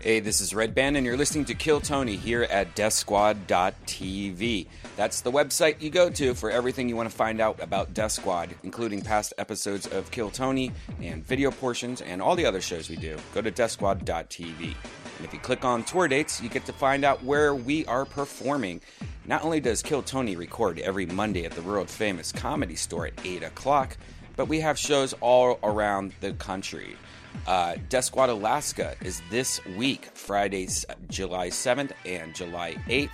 Hey, this is Red Band, and you're listening to Kill Tony here at DeathSquad.tv. That's the website you go to for everything you want to find out about Death Squad, including past episodes of Kill Tony and video portions and all the other shows we do. Go to DeathSquad.tv. And if you click on tour dates, you get to find out where we are performing. Not only does Kill Tony record every Monday at the world famous comedy store at 8 o'clock, but we have shows all around the country. Uh, Death Squad Alaska is this week, Friday, s- July 7th and July 8th.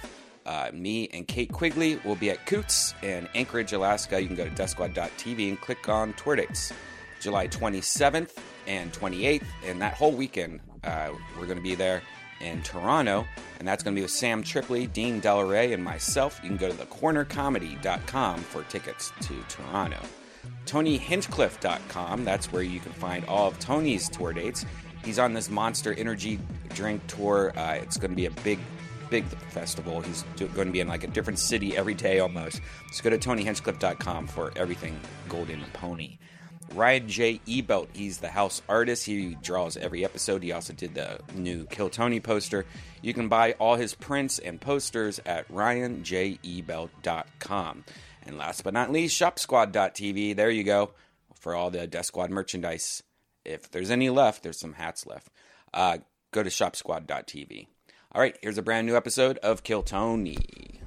Uh, me and Kate Quigley will be at Coots in Anchorage, Alaska. You can go to deathsquad.tv and click on tour dates. July 27th and 28th, and that whole weekend, uh, we're going to be there in Toronto, and that's going to be with Sam Tripley, Dean Del Rey, and myself. You can go to thecornercomedy.com for tickets to Toronto. TonyHinchcliffe.com. That's where you can find all of Tony's tour dates. He's on this Monster Energy Drink tour. Uh, it's going to be a big, big festival. He's do- going to be in like a different city every day almost. So go to TonyHinchcliffe.com for everything Golden Pony. Ryan J. Ebelt, he's the house artist. He draws every episode. He also did the new Kill Tony poster. You can buy all his prints and posters at ryanjebelt.com. And last but not least, shopsquad.tv. There you go for all the Death Squad merchandise. If there's any left, there's some hats left. Uh, go to shopsquad.tv. All right, here's a brand new episode of Kill Tony.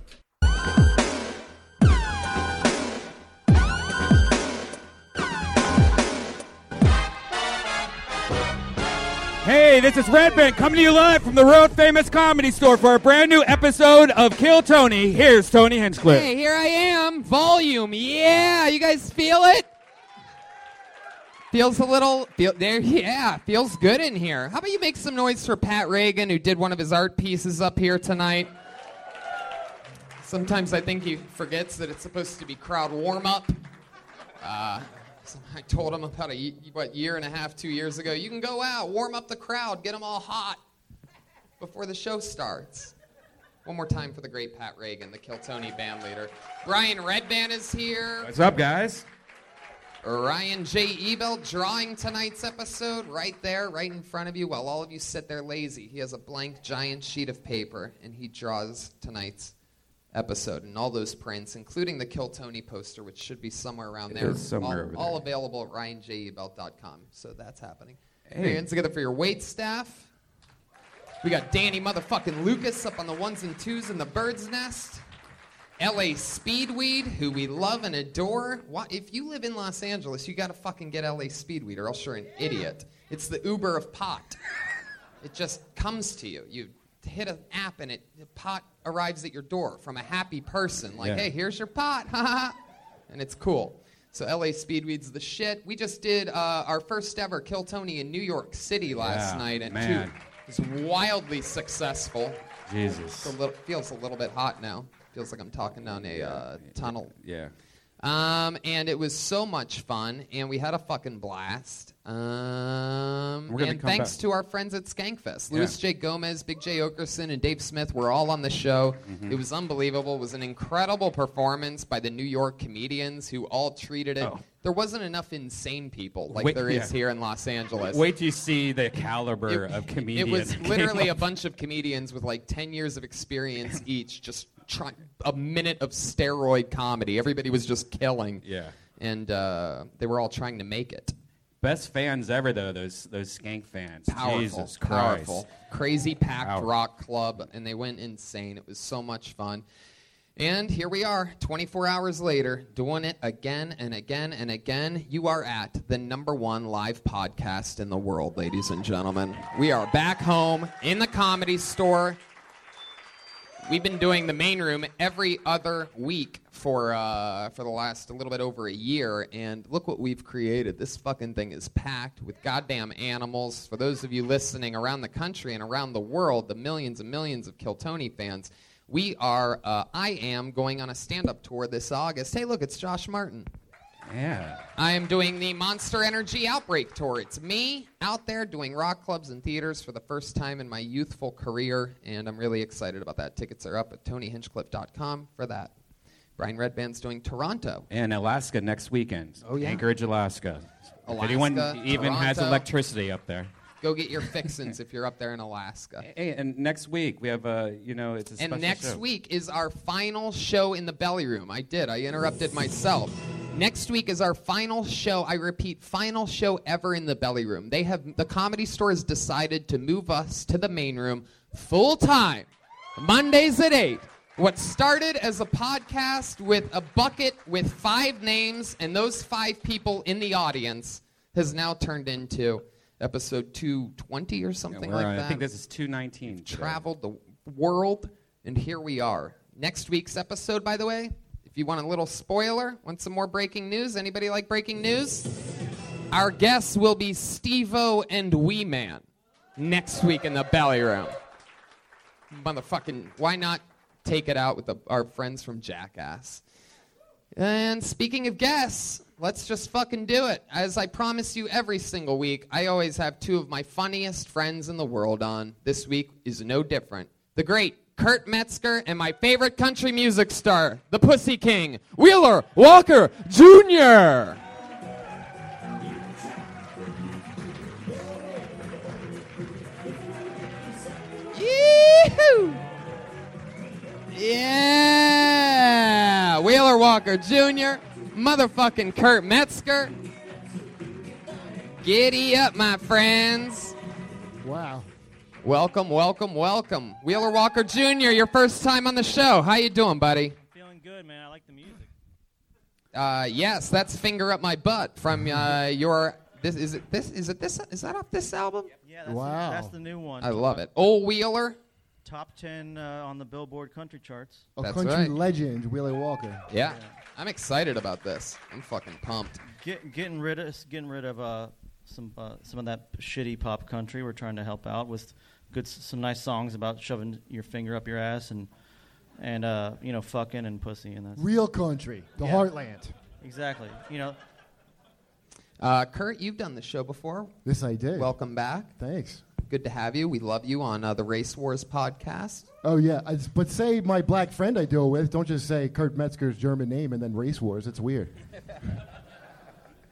Hey, this is Red Band coming to you live from the world famous comedy store for a brand new episode of Kill Tony. Here's Tony Hinchcliffe. Hey, here I am. Volume. Yeah. You guys feel it? Feels a little feel, there. Yeah, feels good in here. How about you make some noise for Pat Reagan, who did one of his art pieces up here tonight? Sometimes I think he forgets that it's supposed to be crowd warm up. Uh, so I told him about a ye- what year and a half, two years ago. You can go out, warm up the crowd, get them all hot before the show starts. One more time for the great Pat Reagan, the Kiltony band leader. Brian Redband is here. What's up, guys? Ryan J. Ebel drawing tonight's episode right there, right in front of you, while all of you sit there lazy. He has a blank giant sheet of paper and he draws tonight's episode and all those prints, including the Kill Tony poster, which should be somewhere around It there. is somewhere all, over all available at ryanjebelt.com. So that's happening. Hey. Hands together for your wait staff. We got Danny motherfucking Lucas up on the ones and twos in the bird's nest. LA Speedweed, who we love and adore. Why, if you live in Los Angeles, you gotta fucking get LA Speedweed, or else you're an idiot. It's the Uber of pot. It just comes to you. You hit an app and it the pot arrives at your door from a happy person. Like, Yeah. hey, here's your pot, ha ha. and it's cool. So LA Speedweed's the shit. We just did uh, our first ever Kill Tony in New York City last Yeah, night, and man. dude, it's wildly successful. Jesus. It's a little, feels a little bit hot now. Feels like I'm talking down a uh, tunnel. Yeah. Um, and it was so much fun, and we had a fucking blast. Um, We're gonna and come thanks back. to our friends at Skankfest, Yeah. Louis J. Gomez, Big J. Okerson, and Dave Smith were all on the show. Mhm. It was unbelievable. It was an incredible performance by the New York comedians who all treated it. Oh. There wasn't enough insane people like Wait- there is yeah. here in Los Angeles. Wait till you see the caliber of comedian. It was that came literally a up. bunch of comedians with like 10 years of experience each, just try, a minute of steroid comedy. Everybody was just killing. Yeah. And uh, they were all trying to make it. best fans ever though. Those those skank fans. Powerful. Jesus Christ. powerful. Crazy packed Powerful. rock club. And they went insane. It was so much fun. And here we are, 24 hours later, doing it again and again and again. You are at the number one live podcast in the world, ladies and gentlemen. We are back home in the comedy store. We've been doing the main room every other week for uh, for the last a little bit over a year, and look what we've created. This fucking thing is packed with goddamn animals. For those of you listening around the country and around the world, the millions and millions of Kiltony fans, we are. Uh, I am going on a stand-up tour this August. Hey, look, it's Josh Martin. Yeah. I am doing the Monster Energy Outbreak Tour. It's me out there doing rock clubs and theaters for the first time in my youthful career, and I'm really excited about that. Tickets are up at TonyHinchcliffe.com for that. Brian Redband's doing Toronto. And Alaska next weekend. Oh, yeah. Anchorage, Alaska. If Alaska, anyone even has Toronto. electricity up there. Go get your fixins if you're up there in Alaska. Hey, and next week we have uh, you know, it's a special And next show. week is our final show in the belly room. I did. I interrupted myself. Next week is our final show. I repeat, final show ever in the belly room. They have the comedy store has decided to move us to the main room full time. Mondays at 8. What started as a podcast with a bucket with five names and those five people in the audience has now turned into episode 220 or something we're like on- I that. think this is 219 We've today. traveled the world, and here we are. Next week's episode, by the way, if you want a little spoiler, want some more breaking news? Anybody like breaking news? Our guests will be Stevo and Wee Man next week in the belly room. Motherfucking, why not take it out with the, our friends from Jackass? And speaking of guests, let's just fucking do it. As I promise you every single week, I always have two of my funniest friends in the world on. This week is no different. The great Kurt Metzger and my favorite country music star, the Pussy King, Wheeler Walker Jr. Yee-hoo! Yeah! Wheeler Walker Jr., motherfucking Kurt Metzger. Giddy up, my friends. Wow. Welcome, welcome, welcome. Wheeler Walker Jr., your first time on the show. How you doing, buddy? Feeling good, man. I like the music. Uh, yes, that's "Finger Up My Butt" from uh, your. This is it. This is it. This is that off this album? Yeah, that's, the, that's the new one. I love it. Old Wheeler. Top 10 uh, on the Billboard country charts. A That's country right. legend, Willie Walker. Yeah, I'm excited about this. I'm fucking pumped. Get, getting rid of getting rid of uh, some uh, some of that shitty pop country. We're trying to help out with good s- some nice songs about shoving your finger up your ass and and uh, you know fucking and pussy and that's Real country, the Yeah. heartland. exactly. You know, Uh, Kurt, you've done the show before. This I did. Welcome back. Thanks. Good to have you. We love you on uh, the Race Wars podcast. Oh yeah, I, but say my black friend I deal with. Don't just say Kurt Metzger's German name and then race wars. It's weird.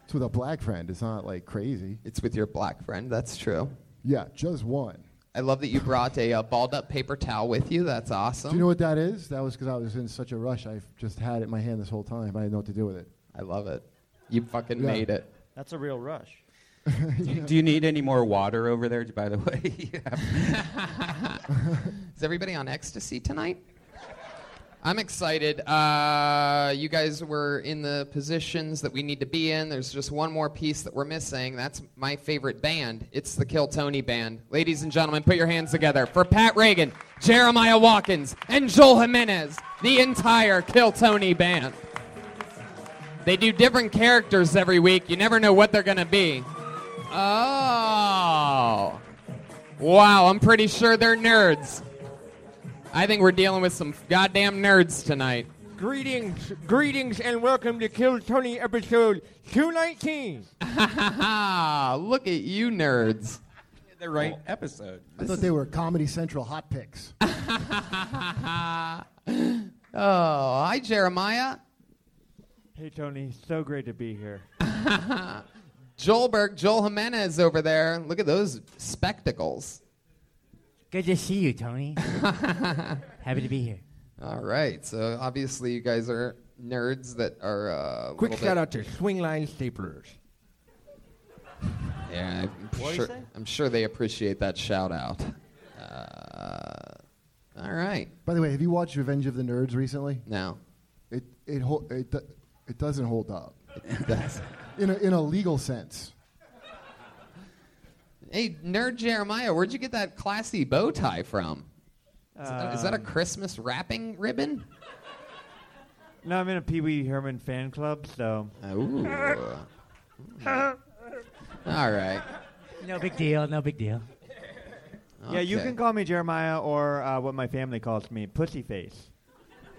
it's with a black friend. It's not like crazy. It's with your black friend. That's true. Yeah, just one. I love that you brought a uh, balled up paper towel with you. That's awesome. Do you know what that is? That was because I was in such a rush. I just had it in my hand this whole time. I didn't know what to do with it. I love it. You fucking Yeah. made it. that's a real rush. Ah. Do you need any more water over there? By the way, yeah. Is everybody on ecstasy tonight? I'm excited. Uh, you guys were in the positions that we need to be in. There's just one more piece that we're missing. That's my favorite band. It's the Kill Tony Band. Ladies and gentlemen, put your hands together for Pat Reagan, Jeremiah Watkins, and Joel Jimenez, the entire Kill Tony Band. They do different characters every week. You never know what they're going to be. Oh. Wow, I'm pretty sure they're nerds. I think we're dealing with some goddamn nerds tonight. Greetings, greetings, and welcome to Kill Tony episode 219. Ah, look at you nerds. the right episode. I thought they were Comedy Central hot picks. Oh, hi Jeremiah. Hey, Tony, so great to be here. Joel Burke, Joel Jimenez over there. Look at those spectacles. Good to see you, Tony. Happy to be here. All right, so obviously you guys are nerds that are. Uh, a Quick little shout bit- out to Swingline Staplers. Yeah, I'm What'd he sure, say? I'm sure they appreciate that shout out. Uh, all right, By the way, have you watched Revenge of the Nerds recently? now. It it hol- it, do- it doesn't hold up That's, in a, in a legal sense. hey, nerd Jeremiah, where'd you get that classy bow tie from? Is that- is that a Christmas wrapping ribbon? No, I'm in a Pee Wee Herman fan club, so. Ooh. All right. No big deal, no big deal. Yeah, you Okay. can call me Jeremiah or uh, what my family calls me, Pussyface.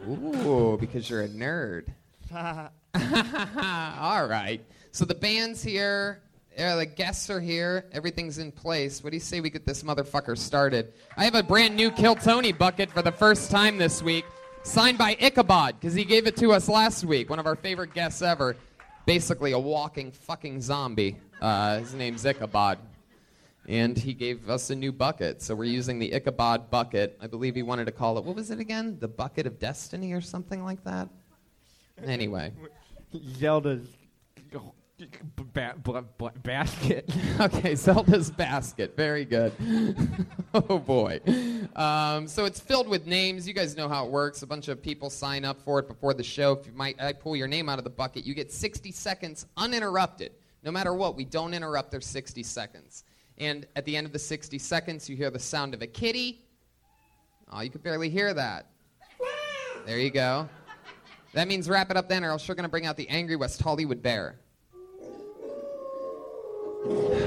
Ooh, because you're a nerd. All right. So the band's here. Uh, the guests are here. Everything's in place. What do you say we get this motherfucker started? I have a brand new Kill Tony bucket for the first time this week, signed by Ichabod, because he gave it to us last week. One of our favorite guests ever. Basically, a walking fucking zombie. Uh, his name's Ichabod. And he gave us a new bucket. So we're using the Ichabod bucket. I believe he wanted to call it, what was it again? The Bucket of Destiny or something like that? Anyway. Zelda's ba- ba- ba- basket. okay, Zelda's basket. Very good. oh boy. Um, so it's filled with names. You guys know how it works. A bunch of people sign up for it before the show. If you might, I pull your name out of the bucket, you get 60 seconds uninterrupted. No matter what, we don't interrupt their 60 seconds. And at the end of the 60 seconds, you hear the sound of a kitty. Oh, you could barely hear that. There you go. That means wrap it up then, or else you're going to bring out the angry West Hollywood bear.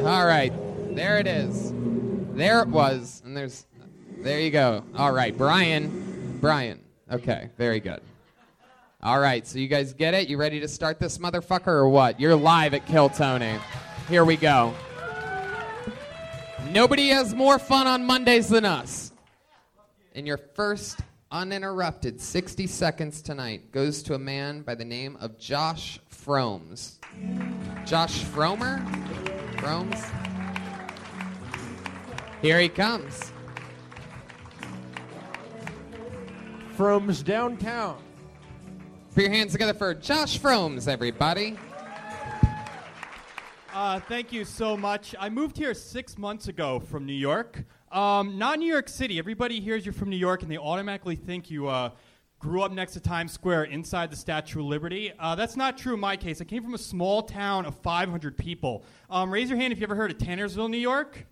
All right, there it is. There it was, and there's, there you go. All right, Brian, Brian. Okay, very good. All right, so you guys get it? You ready to start this motherfucker or what? You're live at Kill Tony. Here we go. Nobody has more fun on Mondays than us. And your first uninterrupted 60 seconds tonight goes to a man by the name of Josh Fromes. Josh Fromer? Fromes? Here he comes. Frome's downtown. Put your hands together for Josh Fromes, everybody. Uh, thank you so much. I moved here six months ago from New York. Um, not New York City. Everybody hears you're from New York and they automatically think you uh, grew up next to Times Square inside the Statue of Liberty. Uh, that's not true in my case. I came from a small town of 500 people. Um, raise your hand if you ever heard of Tannersville, New York.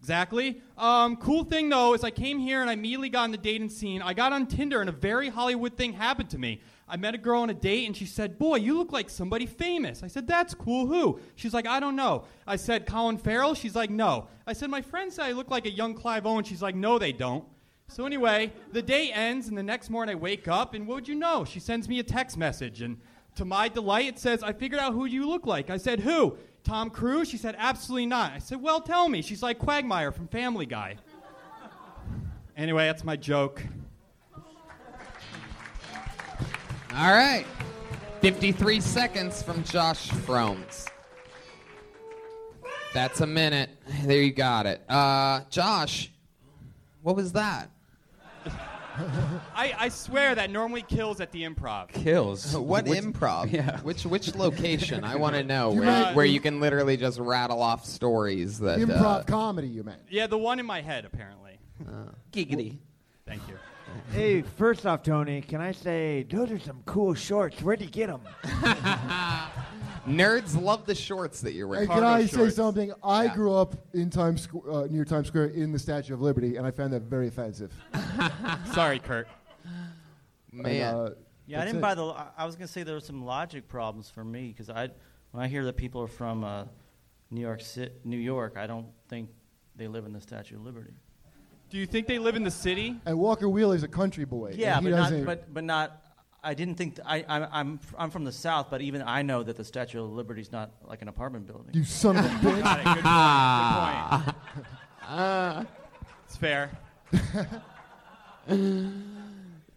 Exactly. Um, cool thing though is I came here and I immediately got in the dating scene. I got on Tinder and a very Hollywood thing happened to me. I met a girl on a date and she said, "Boy, you look like somebody famous." I said, "That's cool. Who?" She's like, "I don't know." I said, "Colin Farrell." She's like, "No." I said, "My friends say I look like a young Clive Owen." She's like, "No, they don't." So anyway, the day ends and the next morning I wake up and what would you know? She sends me a text message and to my delight, it says, I figured out who you look like. I said, Who? Tom Cruise? She said, Absolutely not. I said, Well, tell me. She's like Quagmire from Family Guy. anyway, that's my joke. All right. 53 seconds from Josh Fromes. That's a minute. There you got it. Uh, Josh, what was that? I, I swear that normally kills at the improv. Kills. What improv? Which which location? I want to know You where, meant- where you can literally just rattle off stories that uh, Improv comedy, you meant. Yeah, the one in my head, apparently. Giggity. Thank you. Hey, first off, Tony, can I say those are some cool shorts? Where'd you get them? nerds love the shorts that you're Hey, wearing. can Cargo I say shorts. something? I Yeah. grew up in Times Squ- uh, near Times Square in the Statue of Liberty, and I found that very offensive. Sorry, Kurt. Man, And, uh, Yeah, I that's didn't it. buy the. I I was gonna say there were some logic problems for me because I, when I hear that people are from uh, New York, Ci- New York, I don't think they live in the Statue of Liberty. Do you think they live in the city? And Walker Wheeler's a country boy. Yeah, and he but not, doesn't- but but not. I didn't think. th- I I'm, I'm I'm from the South, but even I know that the Statue of Liberty is not like an apartment building. you son of a bitch. Got it. Good point. Good point. it's fair.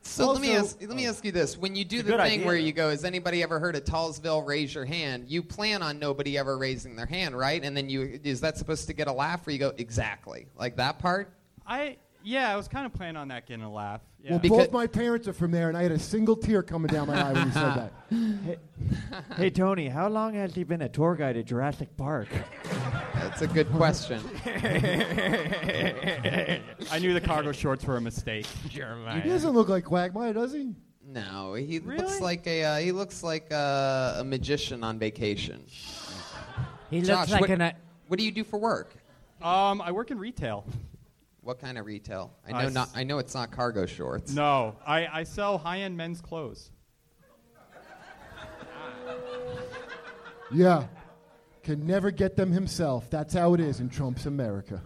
so let me also- ask oh. let me ask you this: When you do It's a the good thing idea, where though. you go, "Has anybody ever heard of Tallsville? Raise your hand." You plan on nobody ever raising their hand, right? And then you is that supposed to get a laugh, or you go, "Exactly," like that part? I yeah, I was kind of planning on that getting a laugh. Yeah. Well, Because- both my parents are from there, and I had a single tear coming down my eye when he said that. hey, Tony, how long has he been a tour guide at Jurassic Park? That's a good question. I knew the cargo shorts were a mistake. He doesn't look like Quagmire, does he? No, he looks Really? like a uh, he looks like uh, a, a magician on vacation. He Josh, what, what do you do for work? Um, I work in retail. What kind of retail? I Oh, I know s- not. I know it's not cargo shorts. No, I, I sell high-end men's clothes. Yeah. Can never get them himself. That's how it is in Trump's America.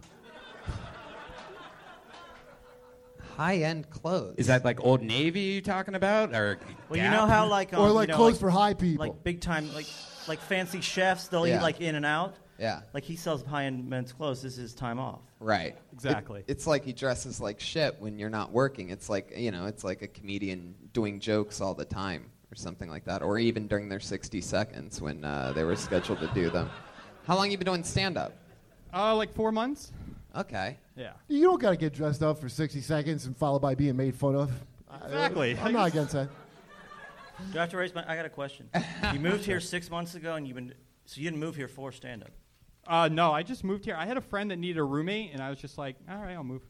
High-end clothes. Is that like Old Navy you talking about? Or Well, you know how like um, or you like know, clothes for high people. like big time like like fancy chefs they'll Yeah. eat like in and out Yeah. like he sells high end men's clothes this is time off right? Exactly. It- it's like he dresses like shit when you're not working. It's like you know, it's like a comedian doing jokes all the time or something like that, or even during their 60 seconds when uh, they were scheduled to do them. How long you been doing stand-up? Uh, like four months. Okay. Yeah. You don't got to get dressed up for 60 seconds and followed by being made fun of. I- Exactly. I'm not against that. Do I have to raise my? I got a question. You moved here six months ago, and you've been so you didn't move here for stand up. Uh, no, I just moved here. I had a friend that needed a roommate, and I was just like, all right, I'll move.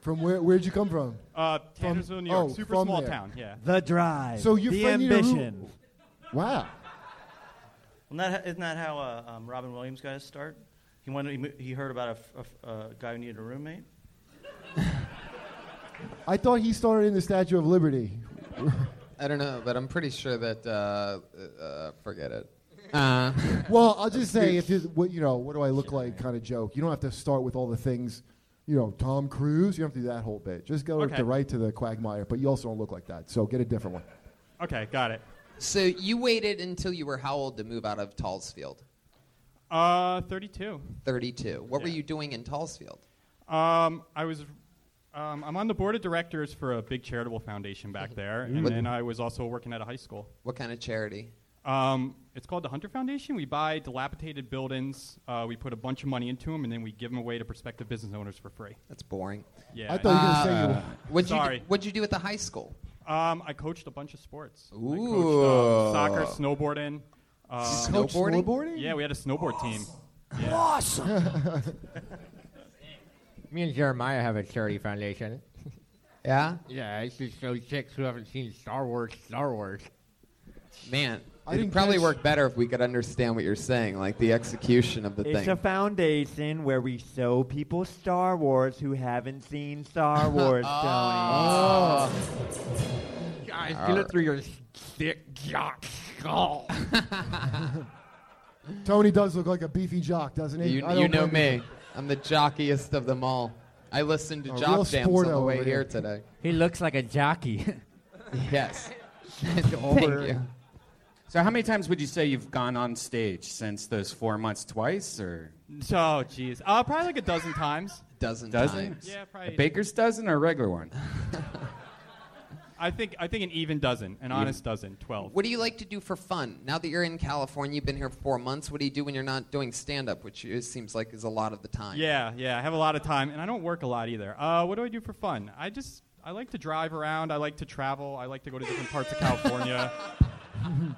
From where? Where'd you come from? Uh, Tannersville, New York, oh, super from small there. town. Yeah. The drive. So your the friend needed a room- ambition. Wow. Well, not, isn't that how uh, um, Robin Williams got his start? He went. He, mo- he heard about a f- a f- a guy who needed a roommate. I thought he started in the Statue of Liberty. I don't know, but I'm pretty sure that. Uh, uh, forget it. Uh, Uh-huh. Well, I'll just say if it's what you know, what do I look like kind of joke. You don't have to start with all the things, you know, Tom Cruise. You don't have to do that whole bit. Just go Okay. to right to the quagmire. But you also don't look like that, so get a different one. Okay, got it. so you waited until you were how old to move out of Tallsfield? Uh, 32. 32. What were Yeah. you doing in Tallsfield? Um, I was. Um, I'm on the board of directors for a big charitable foundation back there, and then I was also working at a high school. Mm-hmm. What kind of charity? Um, it's called the Hunter Foundation. We buy dilapidated buildings, uh, we put a bunch of money into them, and then we give them away to prospective business owners for free. That's boring. Uh, Yeah. I thought you were going to say you. What'd Sorry. You do, what'd you do at the high school? um, I coached a bunch of sports. I coached, Ooh. um, soccer, snowboarding. Uh, Coach snowboarding? snowboarding? yeah, we had a snowboard team. Me and Jeremiah have a charity foundation. Yeah? Yeah, it's just those chicks who haven't seen Star Wars, Star Wars. Man, I it'd didn't probably catch- work better if we could understand what you're saying, like the execution of the It's thing. a foundation where we show people Star Wars who haven't seen Star Wars, Tony. Ah. Oh. Guys, get it through your thick jock skull. Tony does look like a beefy jock, doesn't he? you I you don't know blame me. I'm the jockiest of them all. I listened to A real jock jams on sporto the way here over here. today. He looks like a jockey. Yes. Thank you. So how many times would you say you've gone on stage since those four months? Twice or So, jeez. Uh, probably like a dozen times. Dozen, dozen? times. Yeah, A probably. baker's dozen or a regular one? I think I think an even dozen, an honest dozen, twelve. What do you like to do for fun? Now that you're in California, you've been here four months. What do you do when you're not doing stand up, which it seems like is a lot of the time? Yeah, yeah. I have a lot of time, and I don't work a lot either. Uh, what do I do for fun? I just I like to drive around. I like to travel. I like to go to different parts of California. you.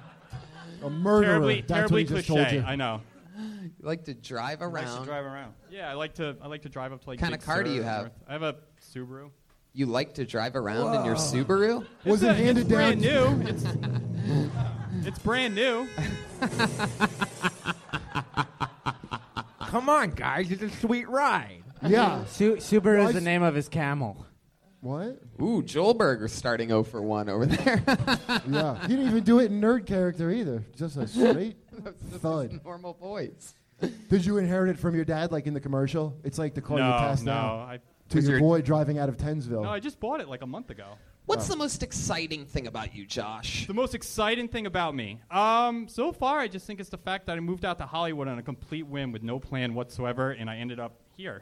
A murderer. terribly, That's terribly what he just told cliche. you. I know. You like to drive Likes to around. drive around. Yeah, I like to I like to drive up to like. Kinda Big car do Sur you and have? North- I have a Subaru. You like to drive around in your Subaru? Was it It's a- handed it's down? Brand new. It's, it's brand new. Come on, guys, it's a sweet ride. Yeah. Su- Subaru Why is the s- name of his camel. What? Ooh, Joel Berger's starting 0 for 1 over there. Yeah. He didn't even do it in nerd character either. Just a straight thud. Normal voice. Did you inherit it from your dad, like in the commercial? It's like the car you no, passed no. down I to Was your your- boy driving out of Tensville. no. I just bought it like a month ago. What's the most exciting thing about you, Josh? The most exciting thing about me, um, so far, I just think it's the fact that I moved out to Hollywood on a complete whim with no plan whatsoever, and I ended up here.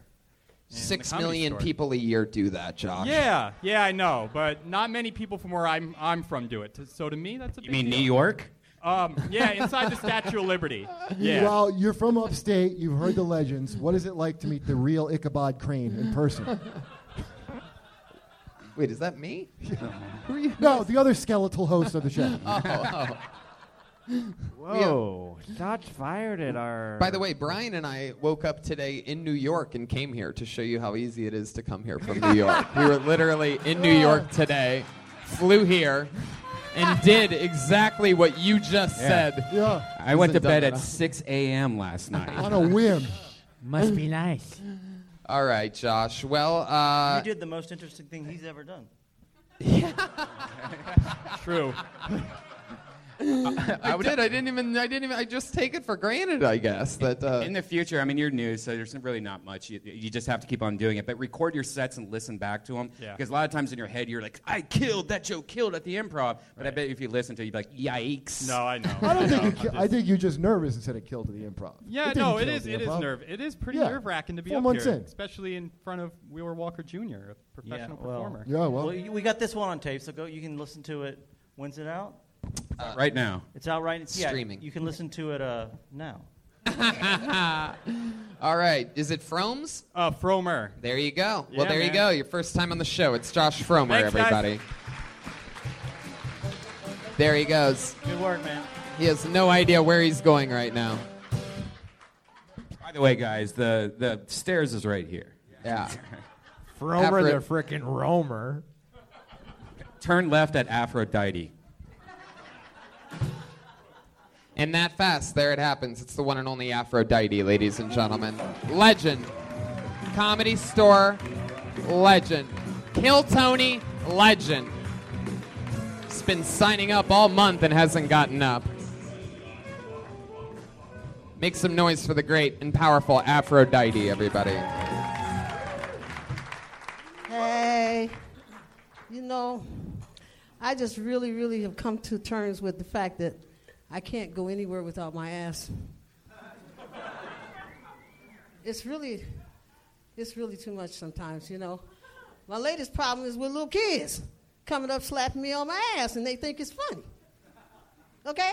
in the Six Comedy million Store. people a year do that, Josh. Yeah, yeah, I know, but not many people from where I'm I'm from do it. T- So to me, that's a You big mean New deal. York? Um, yeah, inside the Statue of Liberty. Yeah. Well, you're from upstate. You've heard the legends. What is it like to meet the real Ichabod Crane in person? Wait, is that me? Who are you? no, the other skeletal host of the show. Oh, Oh. Oh. Whoa. Shots fired at our. By the way, Brian and I woke up today in New York and came here to show you how easy it is to come here from New York. we were literally in New York today, flew here, and did exactly what you just said. yeah, I went to Hasn't done bed that, at huh? 6 a.m. last night. on a whim. Must be nice. All right, Josh. Well, You uh, did the most interesting thing he's ever done. True. I did. I didn't even. I didn't even. I just take it for granted. I guess that. Uh, In the future, I mean, you're new, so there's really not much. You, you just have to keep on doing it. But record your sets and listen back to them. Yeah. Because a lot of times in your head, you're like, I killed, that joke killed at the improv. But I bet if you listen to it, you'd be like, yikes. No, I know. I don't think. know. It ki- I think you're just nervous instead of killed to the improv. It Yeah, didn't no, it kill is. the It is improv. nerve. It is pretty Yeah. nerve wracking to be Four up months here, in. especially in front of Wheeler Walker Jr., a professional well. performer. Yeah, well, Well, you- we got this one on tape, so go. You can listen to it. When's it out? Right now. It's out right. It's, yeah, Streaming. You can listen to it uh, now. All right. Is it Fromes? Uh, Fromer. There you go. Yeah, well, there you man. go. Your first time on the show. It's Josh Fromer, Thanks, guys. everybody. There he goes. Good work, man. He has no idea where he's going right now. By the way, guys, the, the stairs is right here. Yeah. Romer Afro- the frickin' Romer. Turn left at Aphrodite. And that fast, there it happens. It's the one and only Aphrodite, ladies and gentlemen. Legend. Comedy Store, legend. Kill Tony, legend. He's been signing up all month and hasn't gotten up. Make some noise for the great and powerful Aphrodite, everybody. Hey, you know, I just really, really have come to terms with the fact that I can't go anywhere without my ass. It's really, it's really too much sometimes, you know. My latest problem is with little kids coming up slapping me on my ass and they think it's funny. Okay?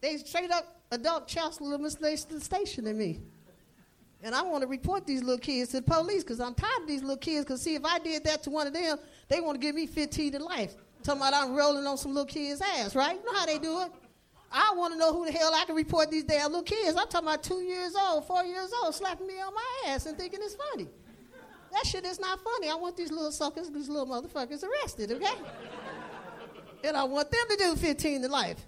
They straight up adult child molestation in me. And I want to report these little kids to the police because I'm tired of these little kids. Because, see, if I did that to one of them, they want to give me 15 to life. Talking about I'm rolling on some little kids' ass, right? You know how they do it. I want to know who the hell I can report these damn little kids. I'm talking about two years old, four years old, slapping me on my ass and thinking it's funny. That shit is not funny. I want these little suckers, these little motherfuckers arrested, okay? and I want them to do 15 to life.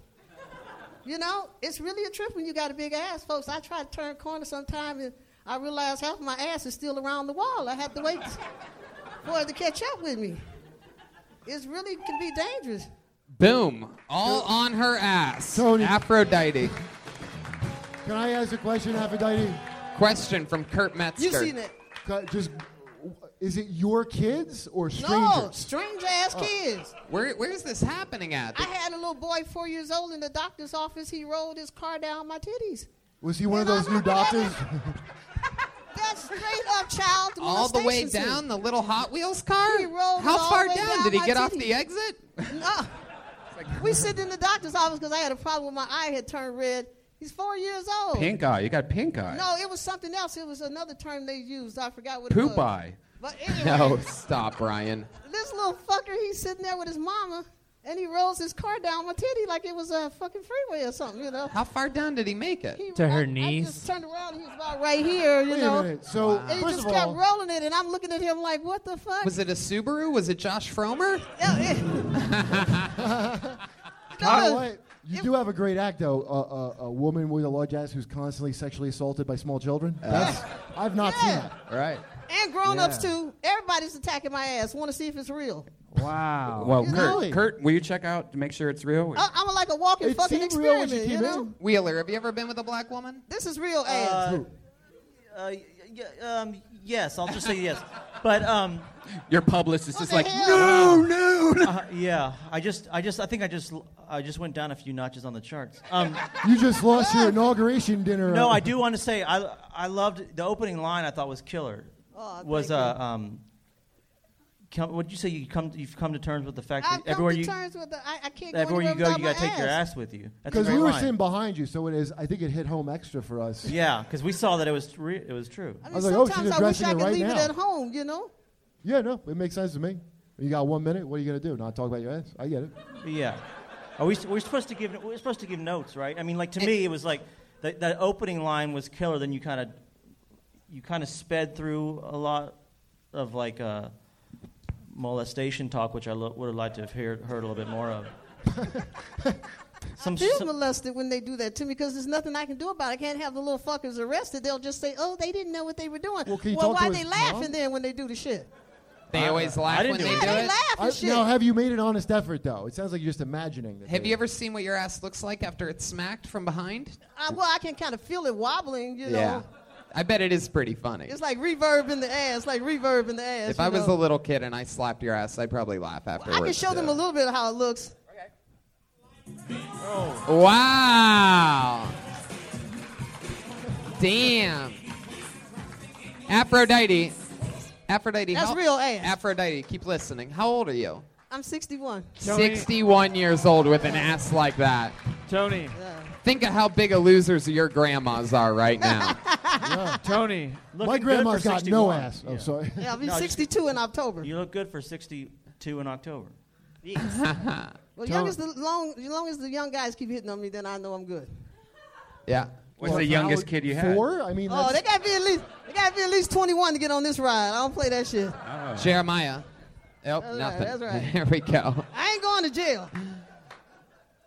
You know, it's really a trip when you got a big ass, folks. I try to turn corner sometime and I realize half of my ass is still around the wall. I have to wait for it to catch up with me. It's really can be dangerous. Boom. All on her ass. Tony. Aphrodite. Can I ask a question, Aphrodite? Question from Kurt Metzger. You seen it? Ca- Just, is it your kids or No, strangers? strange ass kids. Where, where is this happening at? I had a little boy four years old in the doctor's office. He rolled his car down my titties. Was he one of No, those no, new doctors? That's straight up child all the way molestation suit. down the little Hot Wheels car? He rolled How it all far the way down? down Did he my get off titty. the exit? No. We sit in the doctor's office because I had a problem with my eye had turned red. He's four years old. Pink eye. You got pink eye. No, it was something else. It was another term they used. I forgot what it Poop was. eye. But anyway, No, stop, Ryan. this little fucker, he's sitting there with his mama, and he rolls his car down my titty like it was a fucking freeway or something, you know. How far down did he make it? He, To her I- I knees? just turned around. He was about right here, you Wait know. a minute. So, And he first just of kept all, rolling it, and I'm looking at him like, what the fuck? Was it a Subaru? Was it Josh Fromer? Yeah, it- you, know No, what? You do have a great act, though. A, a, a woman with a large ass who's constantly sexually assaulted by small children. That's, I've not seen Yeah. that. All right. and grown-ups too. Everybody's attacking my ass. Want to see if it's real? Wow. Well, You Kurt, know it. Kurt, will you check out to make sure it's real? I, I'm like a walking It fucking seemed real when experiment, she you came know. in. Wheeler, have you ever been with a black woman? This is real ass. Uh, uh, y- y- um, yes, I'll just say yes. But um, Your publicist is the like, hell? no, no, no. uh, yeah, I just, I just, I think I just, I just went down a few notches on the charts. Um, You just lost your inauguration dinner. uh, no, I do want to say I, I loved the opening line. I thought was killer. Aw, was Oh, thank uh, um, come, what'd you say? You come, you've come to terms with the fact I've that come everywhere to you, terms with the. I, I can't go everywhere you anywhere go, you without gotta my take your ass with you. That's a Because great we were line. sitting behind you, so it is. I think it hit home extra for us. Yeah, because we saw that it was, re- it was true. I mean, I was like, oh, she's sometimes I wish addressing I it could right leave it now. at home, you know? Yeah, no, it makes sense to me. You got one minute. What are you gonna do? Not talk about your ass? I get it. Yeah. Are we, we're supposed to give we're supposed to give notes, right? I mean, like to me, it was like the, that opening line was killer. Then you kind of you kind of sped through a lot of like uh, molestation talk, which I lo- would have liked to have heard, heard a little bit more of. some, Feel some- molested when they do that to me because there's nothing I can do about it. I can't have the little fuckers arrested. They'll just say, oh, they didn't know what they were doing. Well, can you talk to why his they laughing mom? then when they do the shit? They always laugh didn't when do they it. do they it. laugh I, and shit. now, have you made an honest effort though? It sounds like you're just imagining. That Have they- you ever seen what your ass looks like after it's smacked from behind? I, Uh, well, I can kind of feel it wobbling, you know? I bet it is pretty funny. It's like reverb in the ass, like reverb in the ass. If you I was a know? little kid and I slapped your ass, I'd probably laugh afterwards. I can show them too. a little bit of how it looks. Wow. Damn. Aphrodite. Aphrodite. That's how- real ass. Aphrodite, keep listening. How old are you? I'm 61. Tony. 61 years old with an ass like that. Tony, Yeah. Think of how big of losers your grandmas are right now. Tony, My grandma's got no ass. I'm sorry. Yeah, I'll be 62 in October. You look good for 62 in October. Well, young as, the long, as long as the young guys keep hitting on me, then I know I'm good. Yeah. What's the youngest kid you had? Four? I mean, Oh, they gotta be at least they gotta be at least 21 to get on this ride. I don't play that shit. Jeremiah. Nope, That's right, nothing. that's right. there we go. I ain't going to jail.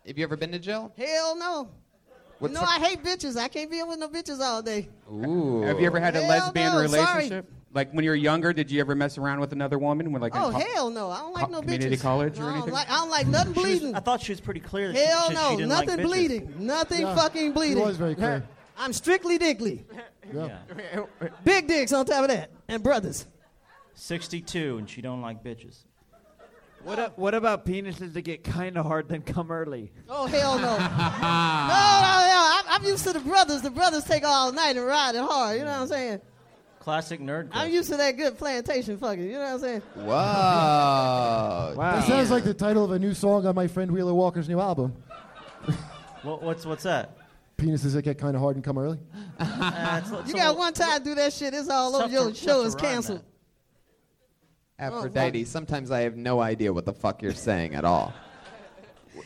Have you ever been to jail? Hell no. What's you know the- I hate bitches. I can't be with no bitches all day. Ooh. Have you ever had a Hell lesbian no, sorry. relationship? Like when you were younger, did you ever mess around with another woman? When like in Oh co- hell no! I don't like no community bitches. college or I don't anything? like I don't like nothing bleeding. I thought she was pretty clear that she, Hell she, no! didn't like Nothing bitches. bleeding. Nothing Yeah, fucking He bleeding. was very clear. I'm strictly dickly. Yeah. Big dicks on top of that, and brothers. 62 and she don't like bitches. What, a, what about penises that get kind of hard then come early? Oh hell no! no no no! I, I'm used to the brothers. The brothers take all night and ride it hard. You know what I'm saying? Classic nerd. I'm used to that good plantation fucking. You know what I'm saying? Whoa. Wow. That sounds like the title of a new song on my friend Wheeler Walker's new album. What, what's what's that? Penises that get kind of hard and come early. Uh, it's- it's You a got little- one time do that shit, it's all tough over. Your to- show tough to is rhyme that. canceled. Oh, Aphrodite, sometimes I have no idea what the fuck you're saying at all.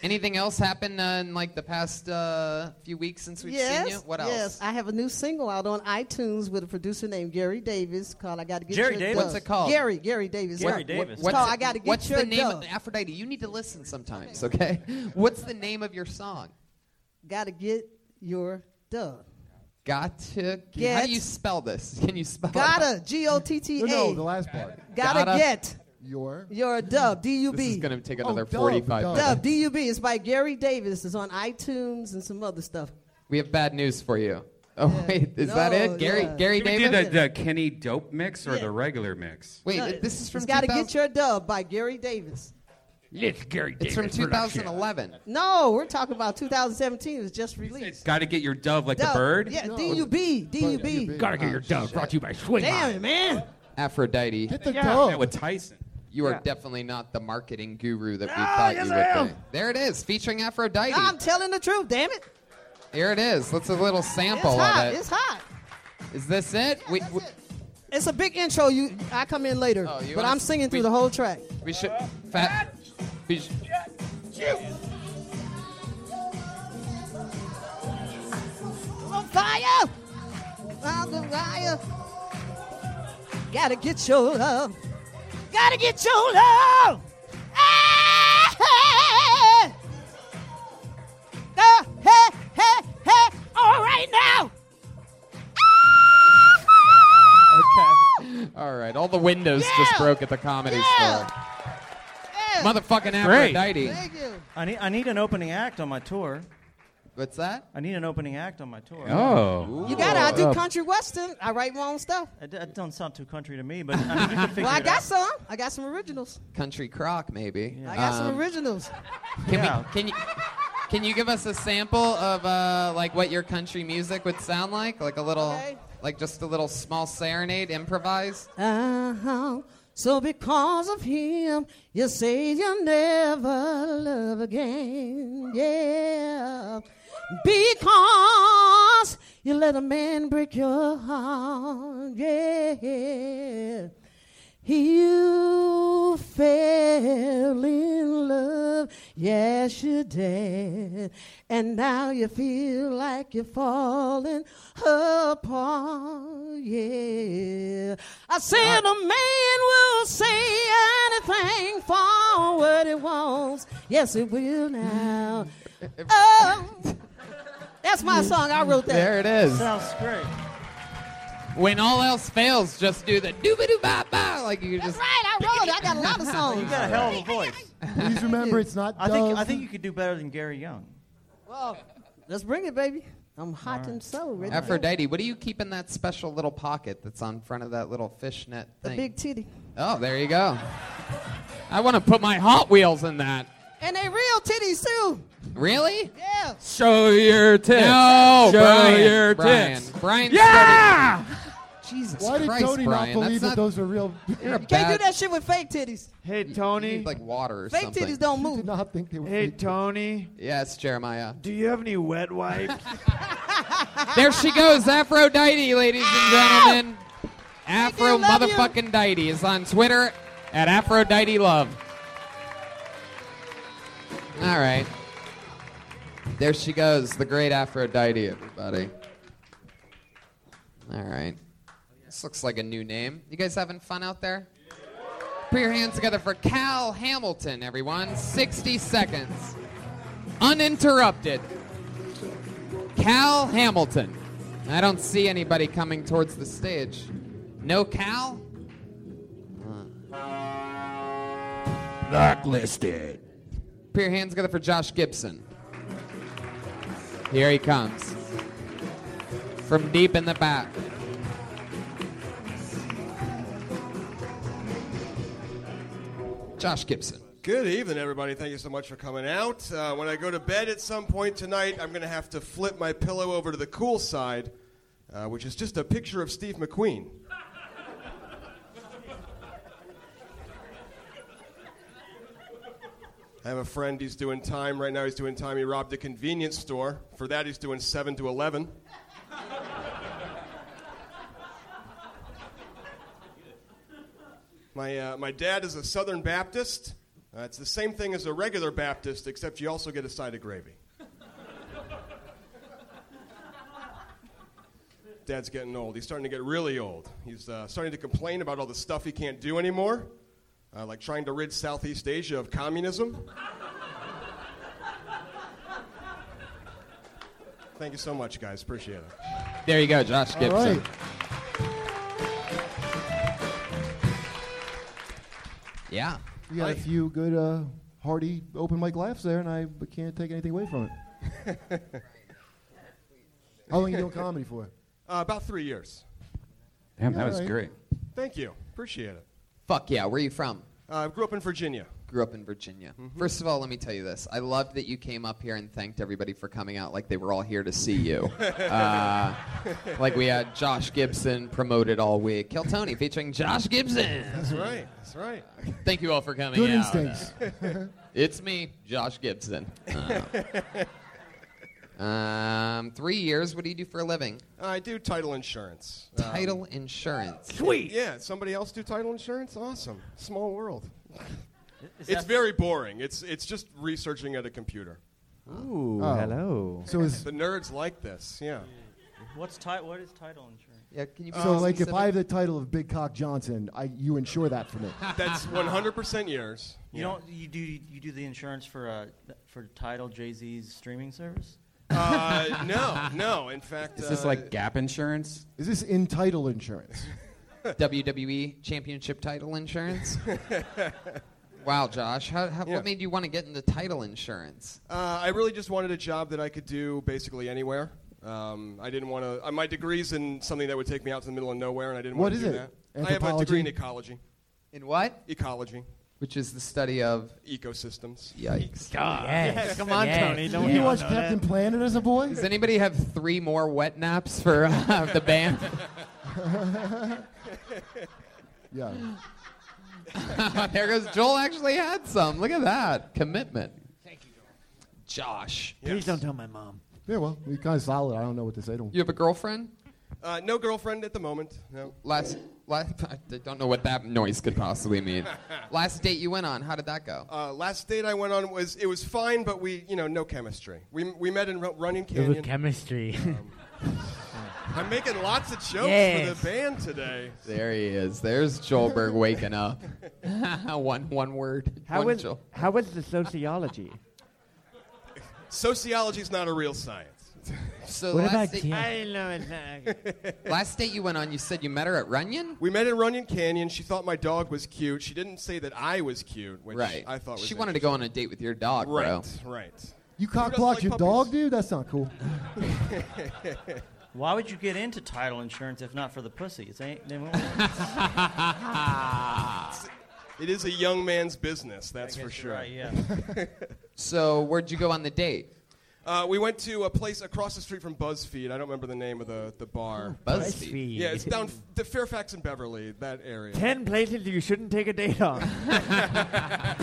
Anything else happened uh, in like the past uh, few weeks since we've yes. seen you? What else? Yes. I have a new single out on iTunes with a producer named Gary Davis called "I Got to Get Jerry Your Davis? Dove." it What's called? Gary. Gary Davis. Gary What- Davis. It's called "I Got to Get what's Your the name Dove." of Aphrodite? You need to listen sometimes, okay? What's the name of your song? Got to get your dove. Got to get. How Get- do you spell this? Can you spell it? Gotta. G O T T No, no, A. the last part. Gotta Gotta- get Your. your dove. D U This is B. going to take Oh, another dub, 45 dub. minutes. Dove. D U B. It's by Gary Davis. It's on iTunes and some other stuff. We have bad news for you. Oh, wait, is that No, it? Gary yeah. Gary Should we do Davis? the, the Kenny Dope mix or Yeah. the regular mix? wait, No, this is from It's Gotta 2000 Get Your Dove by Gary Davis. It's Gary It's from 2011. No, we're talking about 2017. It was just released. It's got to get your dove like Dove. the bird. Yeah, D U B. D U B. Gotta get your dove. Brought to Oh, you by Swing. Damn it, man. Aphrodite, Get the That dove. with Tyson. you are definitely not the marketing guru that we Ah, thought you would be. There it is, featuring Aphrodite. I'm telling the truth, damn it. Here it is. Let's a little It's sample hot. of it. It's hot. Is this it? we, That's we, it. It's a big intro. You, I come in later, Oh, you but wanna- I'm singing through we- the whole track. we should. Fat. We sh- On fire, on the fire. Gotta get your love. Gotta get your love. Ah, ah, hey, hey, hey, all right now. all right, all the windows Yeah. just broke at the comedy Yeah. Yeah. store. Motherfucking Aphrodite. Thank you. I need I need an opening act on my tour. What's that? I need an opening act on my tour. Oh. You got it. I do country western. I write my own stuff. That, that don't sound too country to me, but I mean, you can figure Well, I it got out. some. I got some originals. Country crock, maybe. I got Um, some originals. Can Yeah. we? Can you? Can you give us a sample of uh, like what your country music would sound like? Like a little, Okay. like just a little small serenade, improvised. Uh-huh. So because of him, you say you'll never love again. Yeah. Because you let a man break your heart. Yeah. You fell in love, yes you did, and now you feel like you're falling apart. Yeah, I said a man will say anything for what he wants. Yes, he will now. oh, that's my song. I wrote that. There it is. Sounds great. When all else fails, just do the dooba doo ba ba. Like you That's just. right. I wrote it. I got a lot of You songs. got a hell of a voice. Please remember, it's not I dove. think I think you could do better than Gary Young. Well, let's bring it, baby. I'm hot and so ready. to go. Aphrodite, what do you keep in that special little pocket that's on front of that little fishnet The thing? big titty. oh, there you go. I want to put my Hot Wheels in that. And they real titties too. Really? Yeah. Show your tits. No, Show Brian. your Brian. tits. Brian Yeah! started- Jesus Why did Christ, Tony Brian, not that's believe that not- those are real? You're a You bad- can't do that shit with fake titties. Hey, You Tony. need, like water or Fake something. titties don't move. not think they were. Hey, Tony. Yes, Jeremiah. Do you have any wet wipes? there she goes, Aphrodite, ladies and gentlemen. Afro do love you. motherfucking Dite is on Twitter at Aphrodite Love. All right. There she goes, the great Aphrodite, everybody. All right. This looks like a new name. You guys having fun out there? Put your hands together for Cal Hamilton, everyone. 60 seconds. Uninterrupted. Cal Hamilton. I don't see anybody coming towards the stage. No Cal? Blacklisted. Put your hands together for Josh Gibson. Here he comes. From deep in the back. Josh Gibson. Good evening, everybody. Thank you so much for coming out. Uh, when I go to bed at some point tonight, I'm going to have to flip my pillow over to the cool side, uh, which is just a picture of Steve McQueen. I have a friend, he's doing time right now. He's doing time. He robbed a convenience store. For that, he's doing 7 to 11. My, uh, my dad is a Southern Baptist. Uh, it's the same thing as a regular Baptist, except you also get a side of gravy. Dad's getting old. He's starting to get really old. He's uh, starting to complain about all the stuff he can't do anymore, uh, like trying to rid Southeast Asia of communism. Thank you so much, guys. Appreciate it. There you go, Josh All Gibson. right. Yeah. You got a few good, uh, hearty open mic laughs there, and I can't take anything away from it. How long you doing comedy for? Uh, about three years. Damn, that Yeah, was right. great. Thank you. Appreciate it. Fuck yeah. Where are you from? I grew up in Virginia. Grew up in Virginia. Mm-hmm. First of all, let me tell you this. I loved that you came up here and thanked everybody for coming out like they were all here to see you. uh, like we had Josh Gibson promoted all week. Kill Tony featuring Josh Gibson. That's right. That's right. Thank you all for coming Good out. instincts. Uh, it's me, Josh Gibson. Uh, um, three years. What do you do for a living? I do title insurance. Um, Title insurance. Yeah, somebody else do title insurance? Awesome. Small world. Is it's that- very boring. It's it's just researching at a computer. Ooh, Oh. hello. So is- the nerds like this? Yeah. What's ti- what is title insurance? Yeah, can you So, like, Um, if I have the title of Big Cock Johnson, I, you insure that for me. That's 100% yours. You don't you do you do the insurance for uh, th- for title Jay Z's streaming service? Uh, no, no. In fact, Is this uh, like gap insurance? Is this in title insurance? WWE E Championship title insurance. wow, Josh, how, how, Yeah. what made you want to get into title insurance? Uh, I really just wanted a job that I could do basically anywhere. Um, I didn't want to. Uh, my degree's in something that would take me out to the middle of nowhere, and I didn't What want to is do it? that. I have a degree in Anthropology? ecology. In what? Ecology. Which is the study of ecosystems. Yikes! God. Yes, Uh, come on, Yes. Tony, don't Didn't you watch Captain Planet as a boy? Does anybody have three more wet naps for uh, the band? uh, yeah. there goes Joel. Actually had some. Look at that commitment. Thank you, Joel. Josh, Please don't tell my mom. Yeah, well, you kind of solid. I don't know what to say to him. you have a girlfriend? Uh, no girlfriend at the moment. No. Last, last, I don't know what that noise could possibly mean. last date you went on, how did that go? Uh, last date I went on was it was fine, but we you know no chemistry. We we met in Ru- Running Canyon. Um, chemistry. I'm making lots of jokes for Yes. the band today. There he is. There's Joelberg waking up. one one word. How one was Joel. how was the sociology? Sociology's not a real science. So What last about thing- Jan- I didn't know Last date you went on, you said you met her at Runyon. We met in Runyon Canyon. She thought my dog was cute. She didn't say that I was cute, which Right. I thought was she wanted to go on a date with your dog, bro. Right, right. You cock blocked your dog, dude? That's not cool. Why would you get into title insurance if not for the pussy? It's ain't. They won't It is a young man's business, that's for sure. right, yeah. So where'd you go on the date? Uh, we went to a place across the street from BuzzFeed. I don't remember the name of the, the bar. Oh, BuzzFeed. BuzzFeed. Yeah, it's down f- the Fairfax and Beverly, that area. Ten places you shouldn't take a date on. Uh,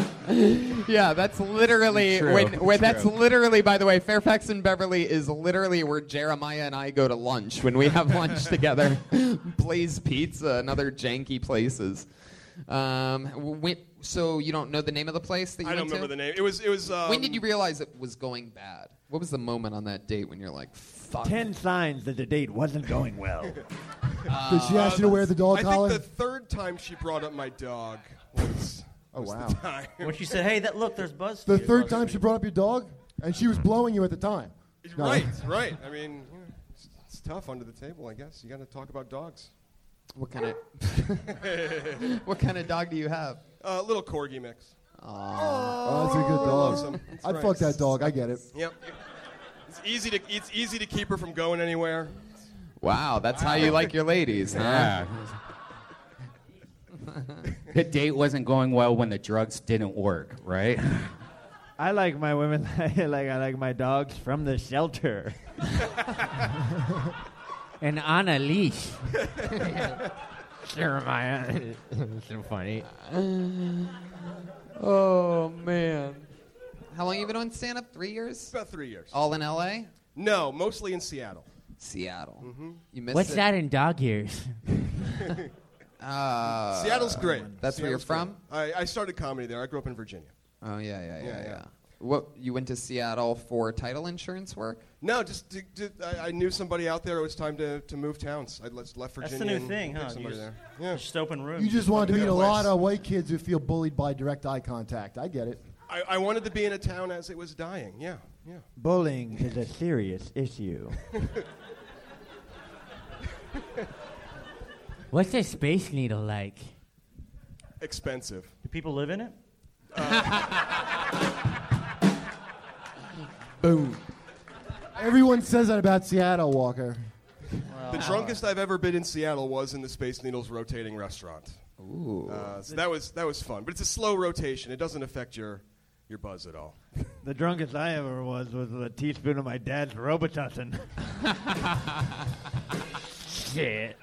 yeah, that's literally True. when, when It's that's true. literally by the way, Fairfax and Beverly is literally where Jeremiah and I go to lunch when we have lunch together. Blaze Pizza and other janky places. Um, when, so you don't know the name of the place that you I don't went to? remember the name. It was it was. Um, when did you realize it was going bad? What was the moment on that date when you're like, fuck? Ten signs that the date wasn't going well. Uh, Did she ask you to wear the dog I collar? think the third time she brought up my dog was. Oh, was wow. The time. When she said, "Hey, that look, there's BuzzFeed." The or third time BuzzFeed. she brought up your dog, and she was blowing you at the time. No. Right, right. I mean, you know, it's, it's tough under the table. I guess you got to talk about dogs. What kind of What kind of dog do you have? Uh, little corgi mix. Oh, that's a good Loves dog. him. It's I'd right. fuck that dog. I get it. Yep. It's easy to it's easy to keep her from going anywhere. Wow, that's how you like your ladies, huh? the date wasn't going well when the drugs didn't work, right? I like my women like I like my dogs from the shelter. and on a leash. Jeremiah. so funny. Uh, oh man. How long you been on stand up? Three years? About three years. All in LA? No, mostly in Seattle. Seattle. Mm-hmm. You missed What's it. that in dog years? Uh, Seattle's great. That's where you're Seattle's from? great. I, I started comedy there. I grew up in Virginia. Oh yeah, yeah, yeah, Yeah, yeah. yeah. What you went to Seattle for title insurance work? No, just to, to, I, I knew somebody out there. It was time to, to move towns. I left left That's Virginia. the new and thing, picked huh? You Somebody just, there. just open rooms. You just wanted to Yeah, meet a please. lot of white kids who feel bullied by direct eye contact. I get it. I, I wanted to be in a town as it was dying. Yeah, yeah. Bullying is a serious issue. What's a space needle like? Expensive. Do people live in it? Boom. Everyone says that about Seattle, Walker. the uh, drunkest I've ever been in Seattle was in the Space Needles rotating restaurant. Ooh. Uh, so that was that was fun, but it's a slow rotation. It doesn't affect your your buzz at all. the drunkest I ever was was a teaspoon of my dad's Robitussin. Shit.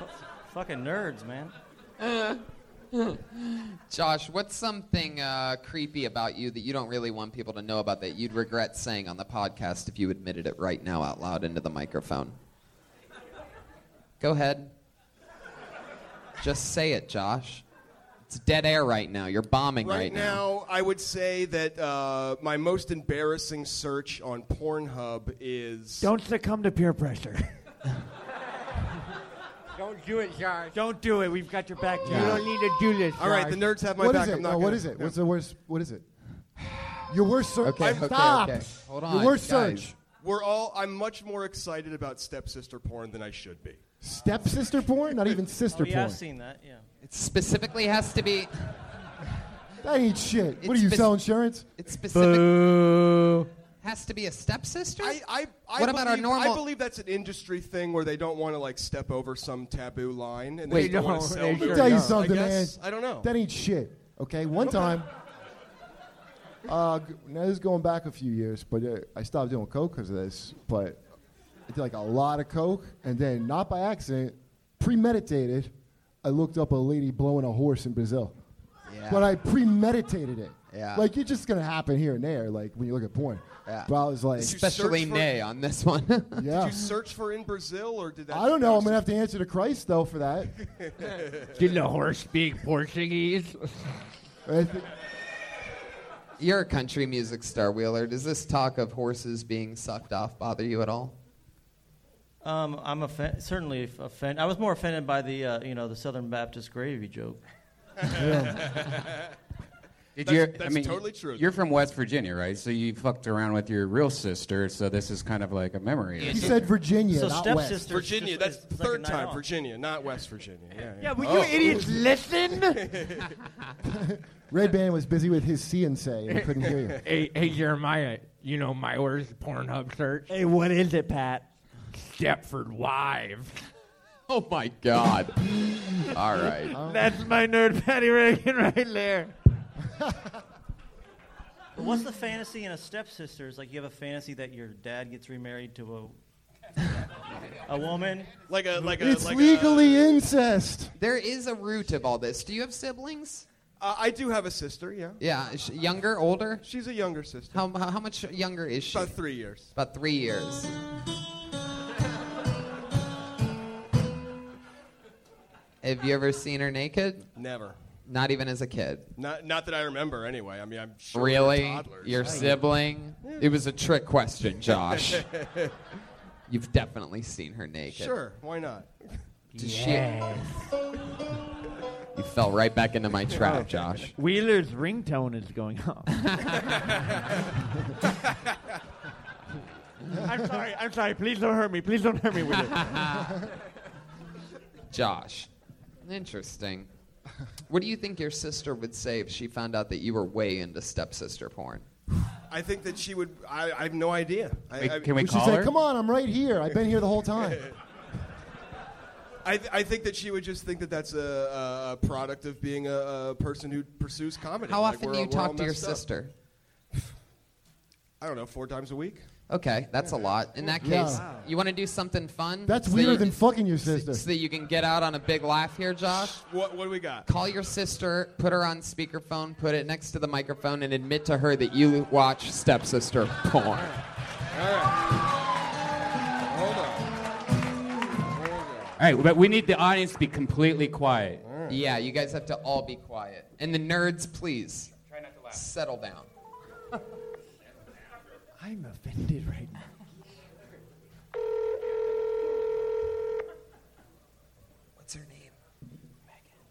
Fucking nerds, man. Josh, what's something uh, creepy about you that you don't really want people to know about that you'd regret saying on the podcast if you admitted it right now out loud into the microphone? Go ahead. Just say it, Josh. It's dead air right now. You're bombing right, Right now, I would say that uh, my most embarrassing search on Pornhub is Don't succumb to peer pressure. Don't do it, Josh. Don't do it. We've got your back, Josh. You don't need to do this. All right, the nerds have my What is back. it? I'm not No, what gonna- is it? What's the worst? What is it? Your worst search. Okay, okay, Stop. okay. Hold Your on, worst guys. search. We're all. I'm much more excited about stepsister porn than I should be. Stepsister porn? Not even sister Oh, yeah, porn. I've seen that. Yeah. It specifically has to be. That ain't shit. what It's do you spec- sell insurance? It's specific. Has to be a stepsister. I, I, I What believe, about our normal- I believe that's an industry thing where they don't want to like step over some taboo line and Wait, they don't want no, to sell. they movies, sure tell you don't. something, I guess. man. I don't know. That ain't shit. Okay, one time. Uh, g- now this is going back a few years, but uh, I stopped doing coke because of this. But I did like a lot of coke, and then not by accident, premeditated, I looked up a lady blowing a horse in Brazil. Yeah. But I premeditated it. Yeah. Like it's just gonna happen here and there, like when you look at porn. Yeah. But I was like, Did you Especially search for- Nay on this one. yeah. Did you search for in Brazil or did that? I don't know. I'm gonna have to answer to Christ though for that. Did the horse speak Portuguese? I thi- You're a country music star, Wheeler. Does this talk of horses being sucked off bother you at all? Um, I'm offen- certainly f- offended. I was more offended by the uh, you know the Southern Baptist gravy joke. Did That's- you? I that's mean, totally true. You're from West Virginia, right? So you fucked around with your real sister. So this is kind of like a memory. He said Virginia, so not West. stepsister. Virginia. That's it's like a third night time. off. Virginia, not West Virginia. Yeah. yeah. Oh. Yeah, but Oh. you idiots listen. Red Band was busy with his CNC and couldn't hear you. Hey, hey, Jeremiah, you know my worst Pornhub search? hey, what is it, Pat? Stepford Wives. Oh my God! all right. That's my nerd Patty Reagan right there. But what's the fantasy in a stepsister? Is like you have a fantasy that your dad gets remarried to a a woman, like a like it's legally incest. There is a root of all this. Do you have siblings? Uh, I do have a sister. Yeah. Yeah, is she younger, older? She's a younger sister. How, how, how much younger is she? About three years. About three years. Have you ever seen her naked? Never. Not even as a kid. Not not that I remember anyway. I mean, I'm sure we were really? toddlers. Your sibling? It was a trick question, Josh. You've definitely seen her naked. Sure. Why not? Does she- You fell right back into my trap, Josh. Wheeler's ringtone is going off. I'm sorry. I'm sorry. Please don't hurt me. Please don't hurt me, Wheeler. Josh. Interesting. What do you think your sister would say if she found out that you were way into stepsister porn? I think that she would. I, I have no idea. I, I, she said, "Come on, I'm right here. I've been here the whole time." I, th- I think that she would just think that that's a, a product of being a, a person who pursues comedy. How Like, often we're do all- you we're all talk to your messed up. sister? I don't know, four times a week. Okay, that's a lot. In that case, Yeah. you want to do something fun? That's So weirder you- than fucking your sister. So that you can get out on a big laugh here, Josh. What, what do we got? Call your sister, put her on speakerphone, put it next to the microphone, and admit to her that you watch stepsister porn. All right, but we need the audience to be completely quiet. Yeah, you guys have to all be quiet. And the nerds, please. Try not to laugh. Settle down. I'm offended right now. What's her name?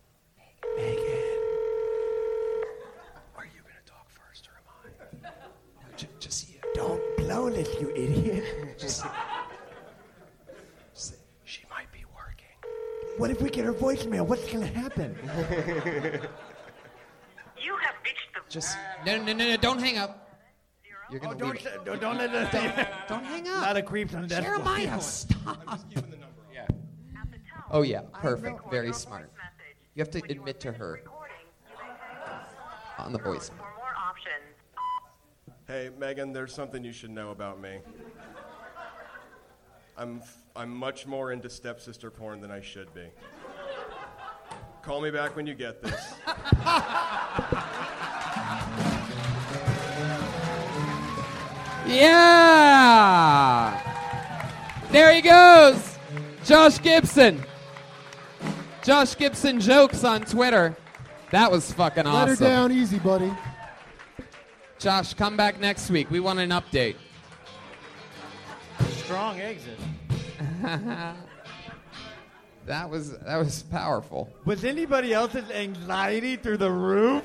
Megan. Megan. Megan. Are you gonna talk first or am I? No, ju- just you. Don't blow this, you idiot. Just, She might be working. what if we get her voicemail? What's gonna happen? just no, no, no, no! Don't hang up. You're gonna don't leave. say- Oh, don't- don't let us- Don't- don't hang up. Not a creep on death. Jeremiah, stop. Oh yeah, perfect. Very smart. You have to admit to her on the voice. Hey, Megan, there's something you should know about me. I'm, f- I'm much more into stepsister porn than I should be. Call me back when you get this. Yeah! There he goes! Josh Gibson. Josh Gibson jokes on Twitter. That was fucking Let awesome. her down easy, buddy. Josh, come back next week. We want an update. strong exit. That was that was powerful. Was anybody else's anxiety through the roof?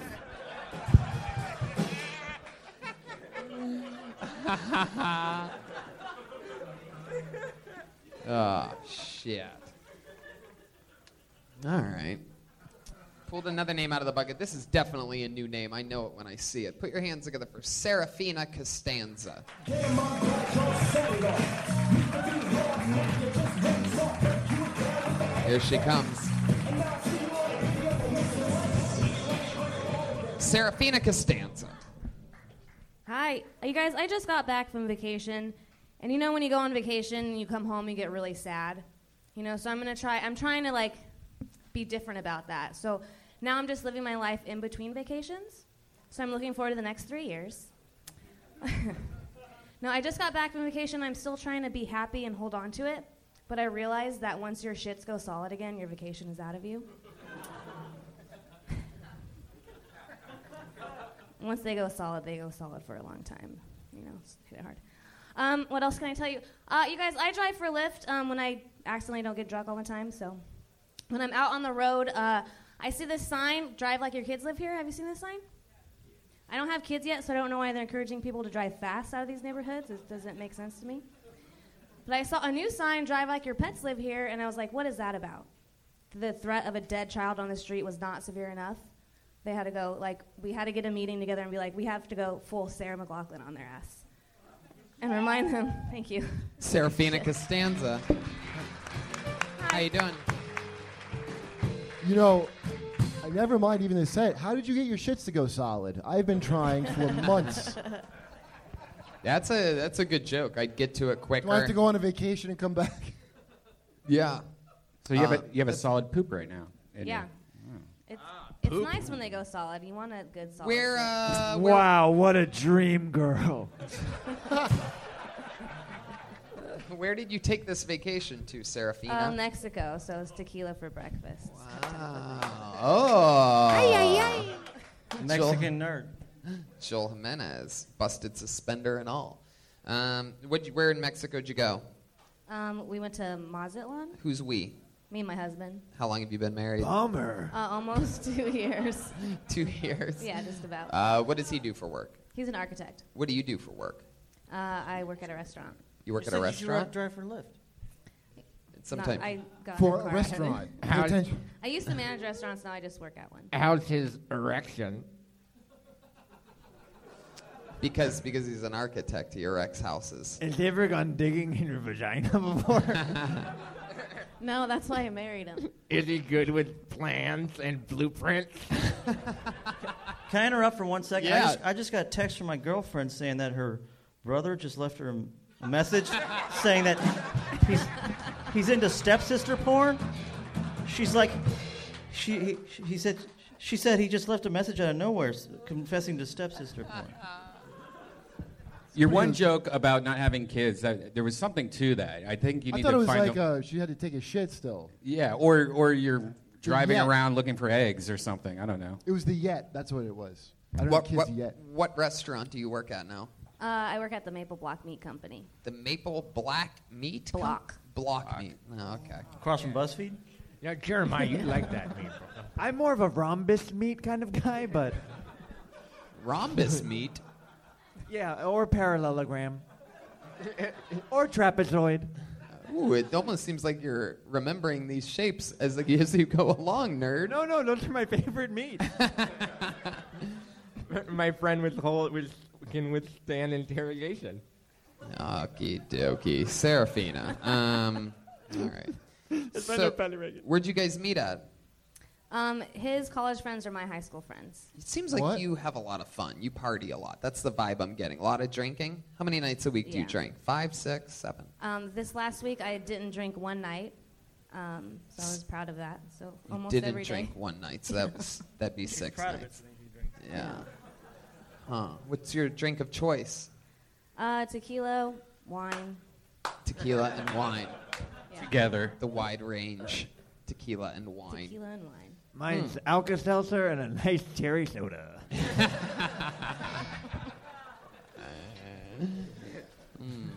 Oh shit. All right. Pulled another name out of the bucket. This is definitely a new name. I know it when I see it. Put your hands together for Serafina Costanza. Here she comes. Serafina Costanza. Hi, you guys. I just got back from vacation, and you know when you go on vacation and you come home, you get really sad. You know, so I'm gonna try. I'm trying to like be different about that. So now I'm just living my life in between vacations. So I'm looking forward to the next three years. no, I just got back from vacation. I'm still trying to be happy and hold on to it, but I realized that once your shits go solid again, your vacation is out of you. once they go solid, they go solid for a long time. You know, just hit it hard. Um, what else can I tell you? Uh, you guys, I drive for Lyft um, when I accidentally don't get drunk all the time. So when I'm out on the road, uh, I see this sign: "Drive like your kids live here." Have you seen this sign? I don't have kids yet, so I don't know why they're encouraging people to drive fast out of these neighborhoods. It doesn't make sense to me. But I saw a new sign: "Drive like your pets live here," and I was like, "What is that about?" The threat of a dead child on the street was not severe enough they had to go like we had to get a meeting together and be like we have to go full sarah mclaughlin on their ass and remind them thank you Serafina Costanza. How you doing? You know, I never mind even the set. How did you get your shits to go solid? I've been trying for months. That's a that's a good joke. I'd get to it quicker. Do I have to go on a vacation and come back? Yeah. So you have Uh, a you have a solid poop right now. in Yeah. you. It's, it's poop. nice when they go solid. You want a good solid. Where, shit. uh, wow, what a dream girl. Uh, Where did you take this vacation to, Serafina? Uh, Mexico, so it's tequila for breakfast. Oh. Ay, ay, ay. Mexican nerd. Joel Jimenez, busted suspender and all. Um, what'd you, where in Mexico did you go? Um, we went to Mazatlan. Who's we? Me and my husband. How long have you been married? Uh, almost two years. Two years. Yeah, just about. Uh, what does he do for work? He's an architect. What do you do for work? Uh, I work at a restaurant. You work at a restaurant? Drive for Lyft. Sometime. Not, I got For in a car accident. restaurant. How- Attention. I used to manage restaurants. Now I just work at one. How's his erection? Because because he's an architect, he erects houses. Has he ever gone digging in your vagina before? No, that's why I married him. Is he good with plans and blueprints? Can I interrupt for one second? I, Yeah. just, I just got a text from my girlfriend saying that her brother just left her a message saying that he's, he's into stepsister porn. She's like, she, he, she- he said, she said he just left a message out of nowhere s- confessing to stepsister porn. Your one joke about not having kids, that, there was something to that. I think you I need thought to it was find like a, uh, she had to take a shit still. yeah, or or you're driving Yeah. around looking for eggs or something. I don't know. It was the yet. That's what it was. I don't What, have kids what, yet. what restaurant do you work at now? Uh, I work at the Maple Block Meat Company. The Maple Black Meat Com- Block. Block, Meat. Oh, okay. Across from BuzzFeed? Yeah, Jeremiah, you like that meat. I'm more of a rhombus meat kind of guy, but Rhombus Meat. yeah, or parallelogram, or trapezoid. Ooh, it almost seems like you're remembering these shapes as, as you go along, nerd. No, no, those are my favorite meat. My friend was whole was can withstand interrogation. Okie dokie. Serafina. Um, all right. It's my So, new belly ring. where'd you guys meet at? Um, his college friends are my high school friends. It seems like you have a lot of fun. You party a lot. That's the vibe I'm getting. A lot of drinking. How many nights a week do you Yeah. drink? Five, six, seven. Um, this last week, I didn't drink one night, um, so I was proud of that. So You almost didn't every day. drink one night, so that was, that'd be six proud of nights. yeah. Huh. What's your drink of choice? Uh, tequila, wine. Tequila and wine. Yeah. Together. The wide range. Tequila and wine. Tequila and wine. Mine's Hmm. Alka Seltzer and a nice cherry soda. Hmm.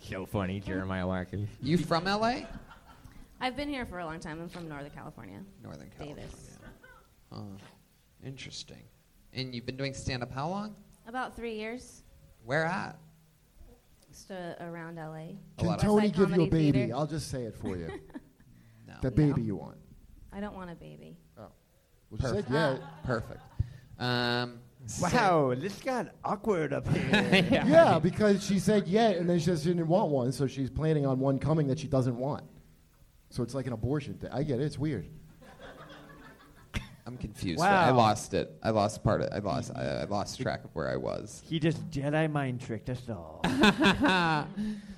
So funny, Jeremiah Watkins. You from LA? I've been here for a long time. I'm from Northern California. Northern Davis. Huh. Interesting. And you've been doing stand up how long? About three years, Where at? just uh, around LA. Can Westside Tony give you a Comedy baby? Theater. I'll just say it for you. no. The baby you want. I don't want a baby. Uh, Oh. Perfect. said yeah. Perfect. Um, Wow, this got awkward up here. Yeah. because she said yet, and then she just didn't want one, so she's planning on one coming that she doesn't want. So it's like an abortion thing. I get it. It's weird. I'm confused. Wow. I lost it. I lost part of I lost I, I lost track of where I was. he just Jedi mind tricked us all.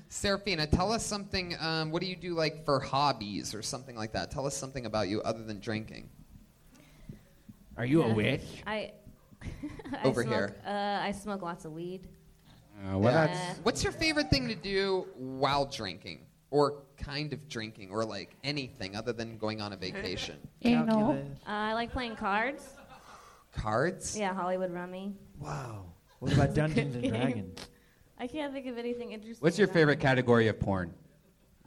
Serafina, tell us something. Um, what do you do like for hobbies or something like that? Tell us something about you other than drinking. Are you a witch? I. I Over smoke, here. Uh, I smoke lots of weed. Uh, well, Yeah. that's What's your favorite thing to do while drinking, or kind of drinking, or like anything other than going on a vacation? Uh, I like playing cards. Cards. Yeah, Hollywood Rummy. Wow. What about Dungeons and Dragons? I can't think of anything interesting. what's your about favorite category of porn? it.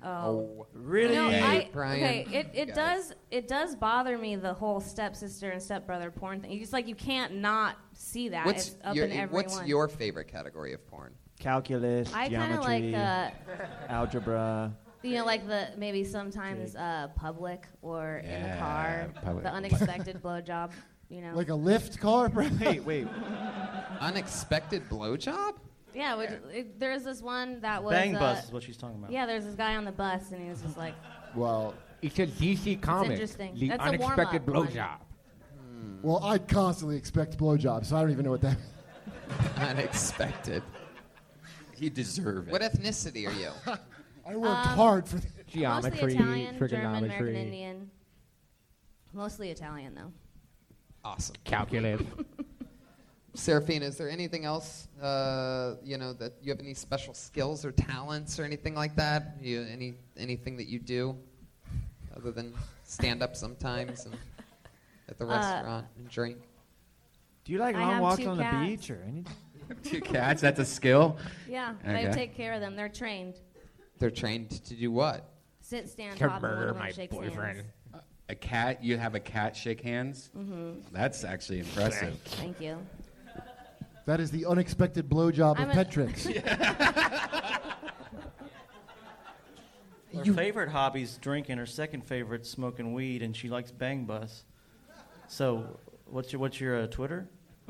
Oh. Really? No, Hey, I, Brian. okay, it, it Guys. does it does bother me the whole stepsister and stepbrother porn thing. It's like you can't not see that. What's it's up your in everyone. What's your favorite category of porn? Calculus, I kinda like, geometry, uh, algebra. You know, like the maybe sometimes uh, public or in the car, public. the unexpected blowjob. You know, Like a lift car, bro? Wait, wait. Unexpected blowjob. yeah. Which, it, there's this one that was Bang uh, bus is what she's talking about. Yeah, there's this guy on the bus, and he was just like, Well, it's a DC comic. interesting. The That's a unexpected warm-up one. blowjob. Hmm. Well, I constantly expect blowjobs, so I don't even know what that. Unexpected. You deserve What ethnicity are you? I worked Um, hard for this. Mostly Italian, German, American Indian. Mostly Italian, though. Awesome. Calculated. Seraphina, is there anything else, uh, you know, that you have any special skills or talents or anything like that? You, any anything that you do other than stand up sometimes and at the Uh, restaurant and drink? Do you like I long have walks two on cats. the beach or anything? Two cats, that's a skill. Yeah, I Okay. take care of them. They're trained. They're trained to do what? Sit, stand, To hop, and murder one of them my shakes boyfriend. hands. A cat, you have a cat shake hands? Mhm. That's actually impressive. Thank you. That is the unexpected blowjob I'm of a- Petrix. Her favorite hobby's drinking. Her second favorite smoking weed, and she likes Bang Bus. So, what's your what's your uh, Twitter?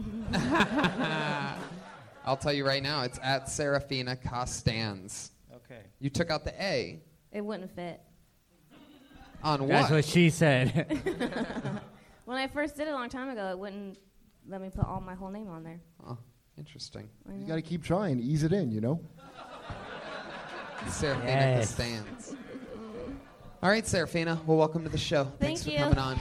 I'll tell you right now, it's at Serafina Costans. Okay. You took out the A It wouldn't fit. on That's what? what she said. When I first did it a long time ago, it wouldn't let me put all my whole name on there. Oh, interesting. I You know. got to keep trying, ease it in, you know. Serafina Yes. Costans. All right, Serafina. Well, welcome to the show. Thanks for Thank you. coming on.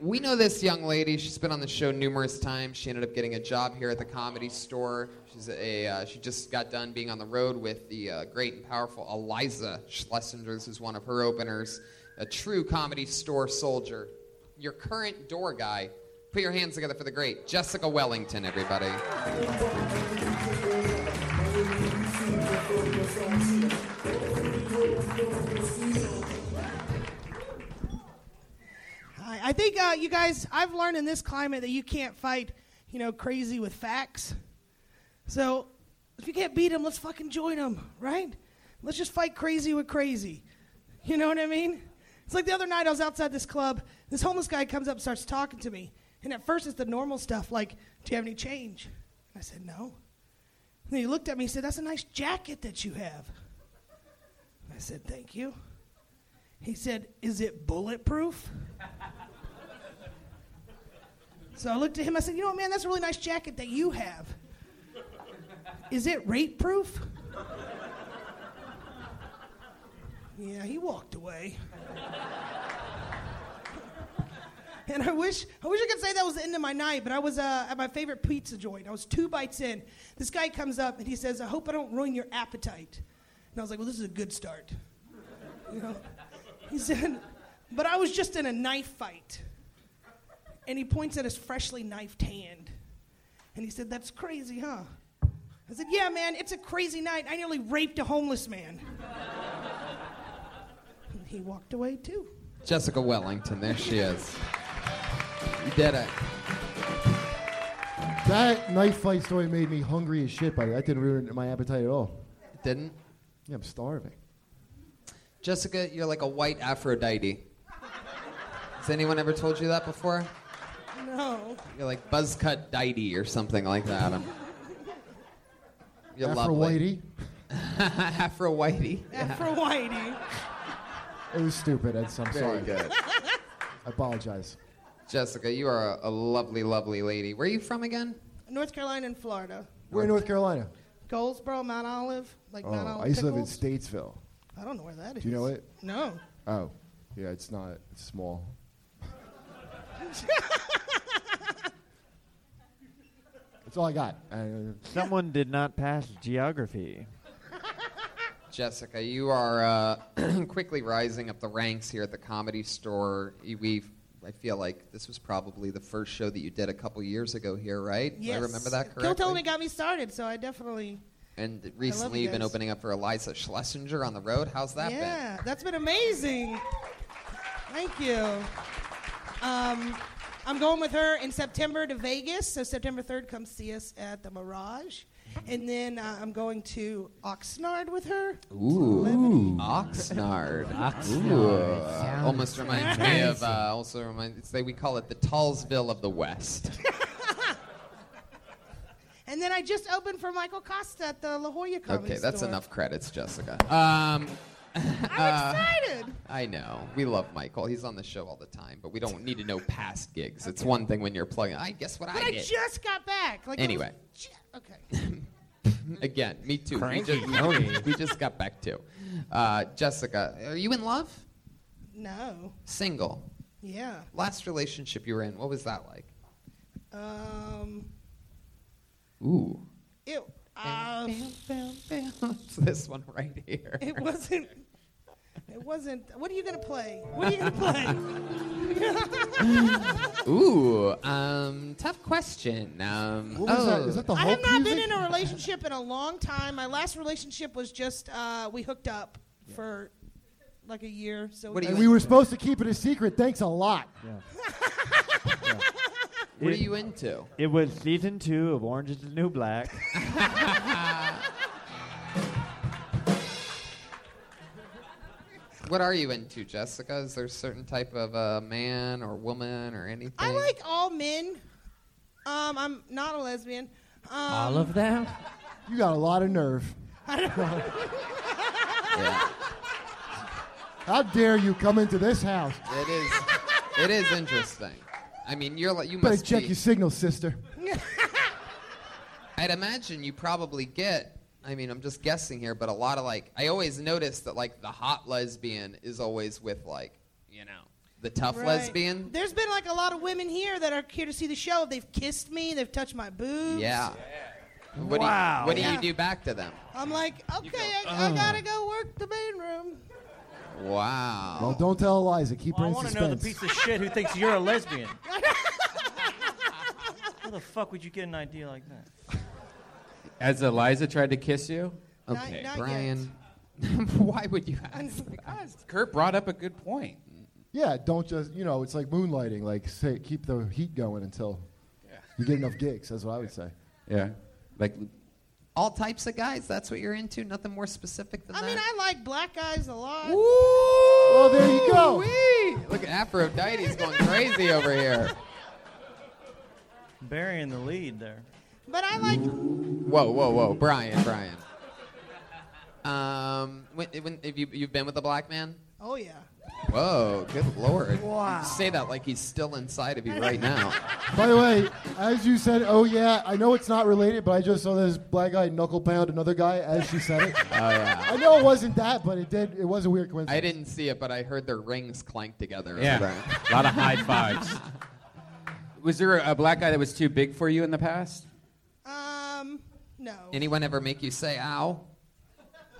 We know this young lady. She's been on the show numerous times. She ended up getting a job here at the comedy store. She's a uh, she just got done being on the road with the uh, great and powerful Eliza Schlesinger. This is one of her openers. A true comedy store soldier. Your current door guy. Put your hands together for the great Jessica Wellington, everybody. Hi. I think uh, you guys, I've learned in this climate that you can't fight, you know, crazy with facts. So if you can't beat them, let's fucking join them, right? Let's just fight crazy with crazy. You know what I mean? It's like the other night I was outside this club. This homeless guy comes up and starts talking to me. And at first it's the normal stuff like, do you have any change? And I said, no. And then he looked at me and said, that's a nice jacket that you have. And I said, thank you. He said, is it bulletproof? So I looked at him. I said, "You know what, man? That's a really nice jacket that you have. Is it rape proof?" Yeah, he walked away. And I wish, I wish I could say that was the end of my night, but I was uh, at my favorite pizza joint. I was two bites in. This guy comes up and he says, "I hope I don't ruin your appetite." And I was like, "Well, this is a good start." You know? He said, "But I was just in a knife fight." and he points at his freshly knifed hand. And he said, That's crazy, huh? I said, Yeah, man, it's a crazy night. I nearly raped a homeless man. and he walked away too. Jessica Wellington, there she is. You did it. That knife fight story made me hungry as shit, by the way. That didn't ruin my appetite at all. Didn't? Yeah, I'm starving. Jessica, you're like a white Aphrodite. Has anyone ever told you that before? No. You're like buzzcut deity or something like that. I'm- You're lovely. Aphro-whitey? Afro whitey. Afro Whitey. It was stupid, Ed, so I'm Very sorry. good. I apologize. Jessica, you are a, a lovely, lovely lady. Where are you from again? North Carolina and Florida. We're in North Carolina. Goldsboro, Mount Olive, like Oh, Mount Olive. I used to live in pickles. Statesville. I don't know where that is. Do you know it? No. Oh, yeah, it's not. It's small. That's all I got. Uh, Someone did not pass geography. Jessica, you are uh, quickly rising up the ranks here at the Comedy Store. You- We've, I feel like this was probably the first show that you did a couple years ago here, right? Do Yes. I remember that Gil correctly. Tony got me started, so I definitely. and recently you you've been guys. opening up for Eliza Schlesinger on the road. How's that been? yeah, that's been amazing. Thank you. Um, I'm going with her in September to Vegas. So September 3rd, come see us at the Mirage. And then uh, I'm going to Oxnard with her. Ooh, Oxnard. Oxnard. Ooh. Almost reminds me of. fancy. Uh, also reminds. It's like we call it the Tallsville of the West. And then I just opened for Michael Costa at the La Jolla Comedy Okay, that's Store. enough credits, Jessica. Um, uh, Excited. I know. We love Michael. He's on the show all the time, but we don't need to know past gigs. It's one thing when you're plugging. I guess what But I I did. just got back. Like it was Anyway. ju- okay. Again, me too. We Mm-hmm. Cranky just, Tony. we just got back to. Uh, Jessica, are you in love? No. Single. Yeah. Last relationship you were in, what was that like? Um. Ooh. It. Uh, It's this one right here. it wasn't. It wasn't. What are you gonna play? What are you gonna play? Ooh, um, tough question. Um, What was that? oh. Is that the I have not been in a relationship in a long time. My last relationship was just uh, we hooked up for like a year. So and we were supposed to keep it a secret. Thanks a lot. What are you into? It was season two of Orange is the New Black. What are you into, Jessica? Is there a certain type of uh, man or woman or anything? I like all men. Um, I'm not a lesbian. Um, them? You got a lot of nerve. How dare you come into this house? It is. It is interesting. I mean, you're like you Better must check be- your signal, sister. I'd imagine you probably get. I mean, I'm just guessing here, but a lot of like, I always notice that like the hot lesbian is always with like, you know, the tough Right. lesbian. There's been like a lot of women here that are here to see the show. They've kissed me. They've touched my boobs. Yeah. What Wow. Do you, what do Yeah. you do back to them? I'm like, okay, I, I "Oh." gotta go work the main room. Wow. Well, don't tell Eliza. Keep Well, I her in want to suspense. know the piece of shit who thinks you're a lesbian. How the fuck would you get an idea like that? As Eliza tried to kiss you? Not- Okay, not Brian. Why would you ask? Kurt brought up a good point. yeah, don't just you know. It's like moonlighting. Like say, keep the heat going until you get enough gigs. That's what I would say. Yeah. Like, All types of guys. That's what you're into. Nothing more specific than I that. mean, I like black guys a lot. Well, there you go. Look at Aphrodite's going crazy over here. Burying the lead there. But I like. Whoa, whoa, whoa, Brian, Brian. Um, when, when have you you've been with a black man? Oh yeah. Whoa, good lord! Wow. You say that like he's still inside of you right now. By the way, as you said, oh yeah, I know it's not related, but I just saw this black guy knuckle pound another guy as she said it. Oh yeah. I know it wasn't that, but it did. It was a weird coincidence. I didn't see it, but I heard their rings clank together. Yeah. Brian. a lot of high fives. Was there a, a black guy that was too big for you in the past? Um, no. Anyone ever make you say "ow"?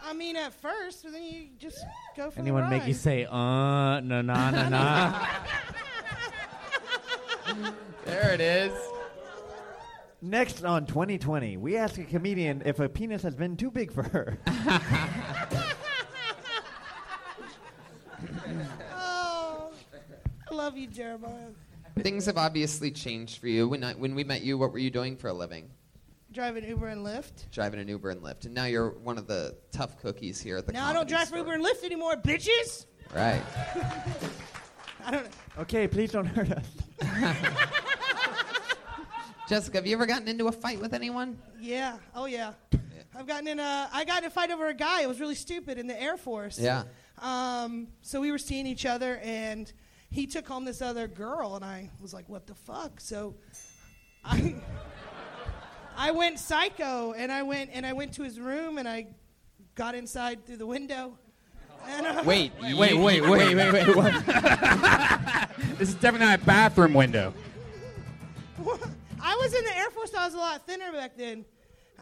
I mean, at first, but then you just go for a Anyone ride. make you say, uh, no, nah, nah, nah? There it is. Next on 2020, we ask a comedian if a penis has been too big for her. Oh, I love you, Jeremiah. Things have obviously changed for you. When I, when we met you, what were you doing for a living? Driving Uber and Lyft. Driving an Uber and Lyft, and now you're one of the tough cookies here at the. now I don't comedy drive store. Uber and Lyft anymore, bitches. Right. I don't. okay, please don't hurt us. Jessica, have you ever gotten into a fight with anyone? Yeah. Oh yeah. I've gotten in a. I got in a fight over a guy. It was really stupid in the Air Force. Yeah. Um. So we were seeing each other, and he took home this other girl, and I was like, "What the fuck?" So, I. I went psycho, and I went and I went to his room, and I got inside through the window. And, uh, Wait, wait, wait, wait, wait, wait. What? this is definitely not a bathroom window. I was in the Air Force. I was a lot thinner back then.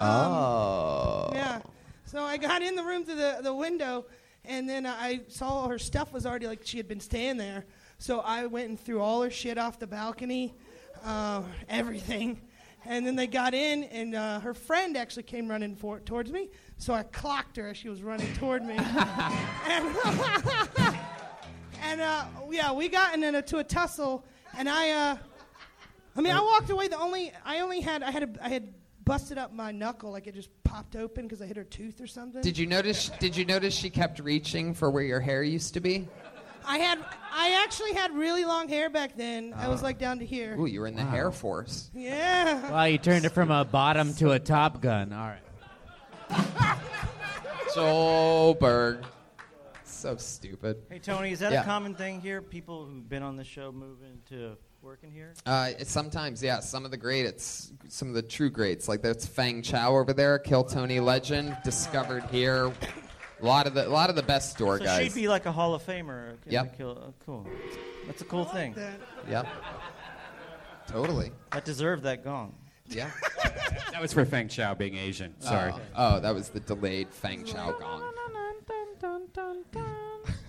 oh. Yeah. So I got in the room to the, the window, and then I saw her stuff was already like she had been staying there. So I went and threw all her shit off the balcony, uh, everything. And then they got in, and uh, her friend actually came running for, towards me. So I clocked her as she was running toward me. and and uh, yeah, we got in a, to a tussle, and I. Uh, I Uh, mean, I walked away. The only I only had I had a, I had busted up my knuckle, like it just popped open because I hit her tooth or something. Did you notice? Did you notice she kept reaching for where your hair used to be? I had, I actually had really long hair back then. I was Ah. like down to here. Ooh, you were in the Wow. hair force. Yeah. Wow, you turned it from a bottom to a top gun. All right. Solberg. So stupid. Hey Tony, is that Yeah. a common thing here? People who've been on the show moving to working here? Uh, it's sometimes, yeah, some of the greats, some of the true greats, like that's Fang Chow over there, Kill Tony Legend, discovered here. A lot of the, a lot of the best store so guys. she'd be like a Hall of Famer. Okay, Yep. like, uh, cool. That's a cool thing. Yep. Totally. That deserved that gong. Yeah. that was for Feng Chao being Asian. Sorry. Oh, oh, that was the delayed Fang Chow gong.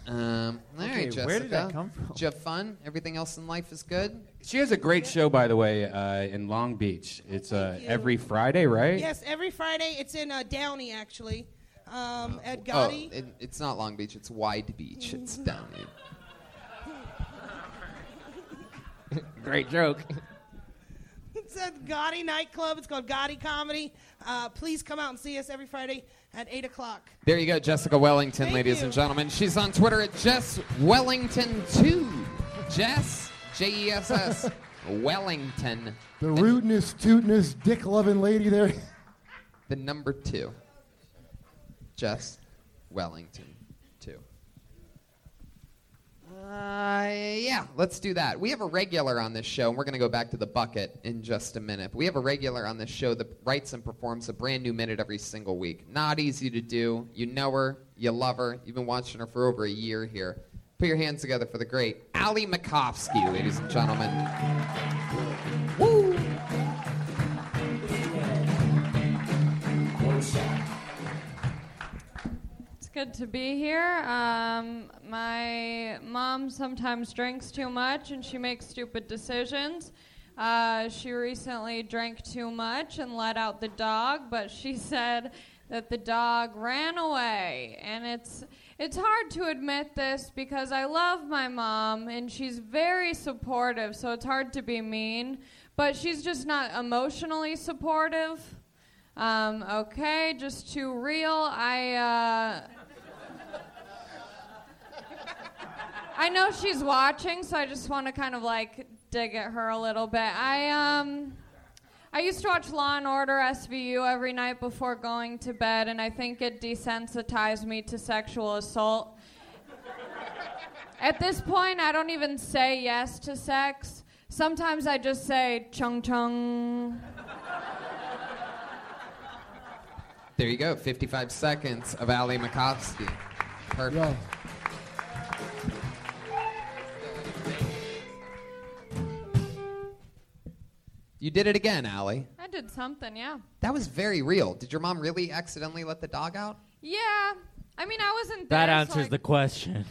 Um, all Okay, right, where did Jessica. that come from? Did you have fun? Everything else in life is good? She has a great show, by the way, uh, in Long Beach. It's uh, every Friday, right? Yes, every Friday. It's in uh, Downey actually, um, at Oh, Gotti. it, it's not Long Beach, it's Wide Beach. It's down in. Great joke. It's at Gotti nightclub. It's called Gotti Comedy. Uh, please come out and see us every Friday at eight o'clock. There you go, Jessica Wellington, ladies and gentlemen. She's on Twitter at Jess Wellington2. Jess, J E S S, Wellington, The rudeness, tootiness, dick loving lady there. the number two. Jess Wellington2. Uh, yeah, let's do that. We have a regular on this show, and we're going to go back to the bucket in just a minute. But we have a regular on this show that writes and performs a brand new minute every single week. Not easy to do. You know her, you love her, you've been watching her for over a year here. Put your hands together for the great Ali Makovsky, ladies and gentlemen. It's good to be here. Um, my mom sometimes drinks too much and she makes stupid decisions. Uh, she recently drank too much and let out the dog, but she said that the dog ran away. And it's it's hard to admit this because I love my mom and she's very supportive, so it's hard to be mean. But she's just not emotionally supportive. Um, okay, just too real. I uh, I know she's watching, so I just want to kind of like dig at her a little bit. I um I used to watch Law and Order SVU every night before going to bed, and I think it desensitized me to sexual assault. At this point, I don't even say yes to sex. Sometimes I just say chung chung. There you go, 55 seconds of Ali Makovsky. Perfect. You did it again, Ali. I did something, yeah. That was very real. Did your mom really accidentally let the dog out? Yeah. I mean, I wasn't there. That so answers I- the question.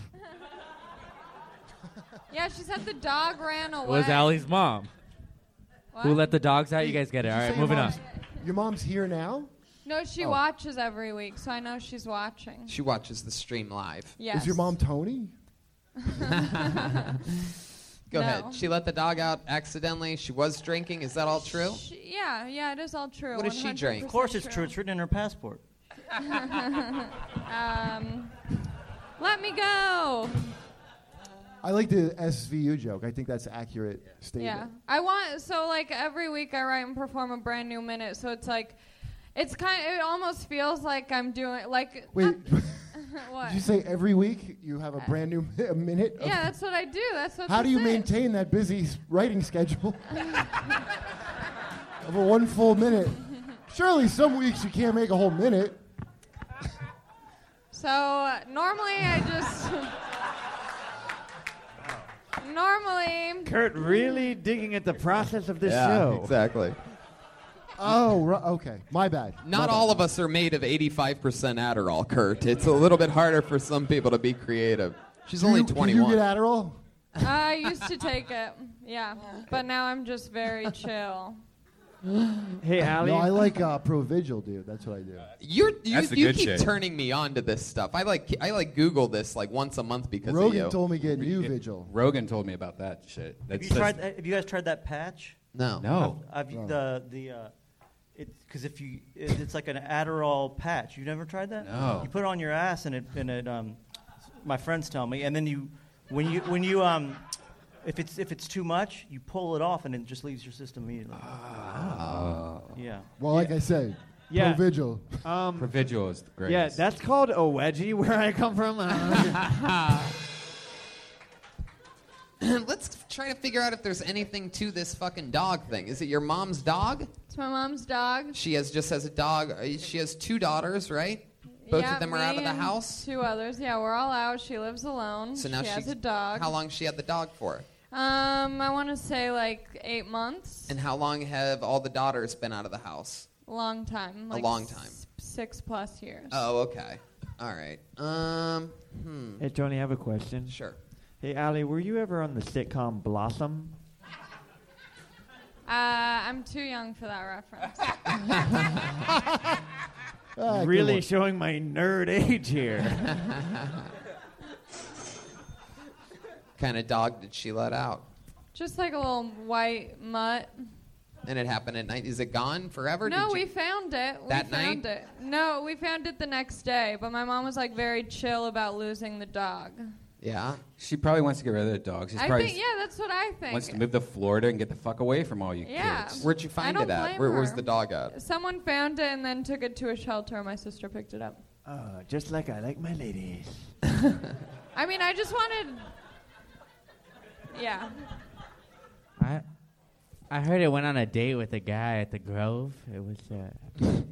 Yeah, she said the dog ran away. It was Allie's mom. Who What? let the dogs out? You guys get it. All Did you right, say moving on. mom's- Your mom's here now? No, she Oh. watches every week, so I know she's watching. She watches the stream live. Yes. Is your mom Tony? Go No. ahead. She let the dog out accidentally. She was drinking. Is that all true? She- yeah, yeah, it is all true. What does she drink? Of course, it's true. It's written in her passport. um, let me go. I like the SVU joke. I think that's accurate statement. Yeah. I want so like every week I write and perform a brand new minute, so it's like it's kind it almost feels like I'm doing like Wait, what? did you say every week you have a brand new a minute? of- yeah, that's what I do. That's what How do this you is. maintain that busy s- writing schedule of a one full minute? Surely some weeks you can't make a whole minute. So uh, normally I just normally Kurt really digging at the process of this Yeah, show. exactly. Oh, ri- okay. My bad. Not all of us are made of 85% Adderall, Kurt. It's a little bit harder for some people to be creative. She's only Do you 21. get Adderall? I used to take it. Yeah, but now I'm just very chill. Hey, Allie. No, I like uh, Provigil, dude. That's what I do. You're, you That's the you good keep shit. turning me on to this stuff. I like I like Google this like once a month because Rogan of you. told me get new Vigil. Rogan told me about that shit. Have That's you, that's- tried that, have you guys tried that patch? No. No. I've, No. I've, the the uh, because if you it, it's like an Adderall patch. You've never tried that? No. You put it on your ass and it and it um, my friends tell me, and then you When you when you um, if it's if it's too much, you pull it off and it just leaves your system immediately. Oh. Yeah. Well, like I said, Yeah. Vigil. Um, Provigil is the Yeah, greatest. that's called a wedgie where I come from. Uh, Let's try to figure out if there's anything to this fucking dog thing. Is it your mom's dog? It's my mom's dog. She has just has a dog. uh, She has two daughters, right? Both Yeah, of them are me out of the and house. Two others. Yeah, we're all out. She lives alone. So now she has she's- a dog. How long she had the dog for? Um, I want to say like eight months. And how long have all the daughters been out of the house? Long time. A Like long time. s- six plus years. Oh, okay. All right. Um, hmm. hey, Tony, I have a question. Sure. Hey, Ali, were you ever on the sitcom Blossom? Uh, I'm too young for that reference. Ah, good really one. showing my nerd age here. kind of dog did she let out? Just like a little white mutt. And it happened at night. Is it gone forever? no, Did we you- found it. We That found night? it. No, we found it the next day. But my mom was like very chill about losing the dog. Yeah. She probably wants to get rid of the dog. She's I probably think yeah, that's what I think. wants to move to Florida and get the fuck away from all you Yeah. kids. Where'd you I find it don't at? blame Where- where's her. the dog at? Someone found it and then took it to a shelter. My sister picked it up. Oh, just like I like my ladies. I mean, I just wanted. Yeah. I, I heard it went on a date with a guy at the Grove. It was a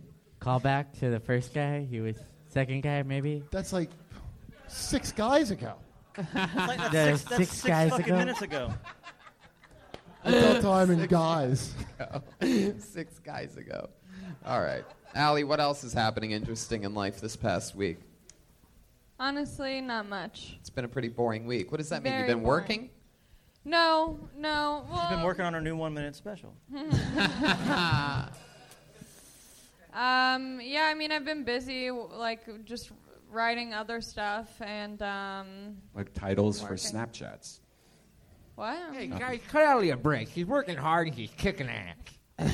callback to the first guy. He was second guy, maybe. That's like six guys ago. like that's There's six- that's six six guys fucking ago? minutes ago. Adult time and guys. Six guys ago. All right. Allie, what else is happening interesting in life this past week? Honestly, not much. It's been a pretty boring week. What does that mean? You've Very been boring. working? No, no. She's been well- working on her new one-minute special. Um, yeah, I mean, I've been busy, w- like, just writing other stuff and, um, Like titles for Working. Snapchats. what? Hey, guys, cut Allie a break. She's working hard and she's kicking ass.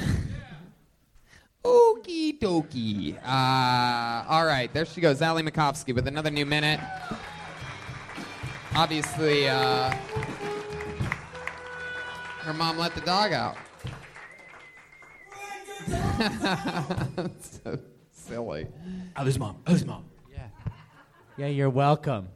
Okie dokie. Uh, all right, there she goes, Ali Makovsky with another new minute. Obviously, uh, her mom let the dog out. so silly. Ali's mom. Ali's mom. Yeah. Yeah, you're welcome.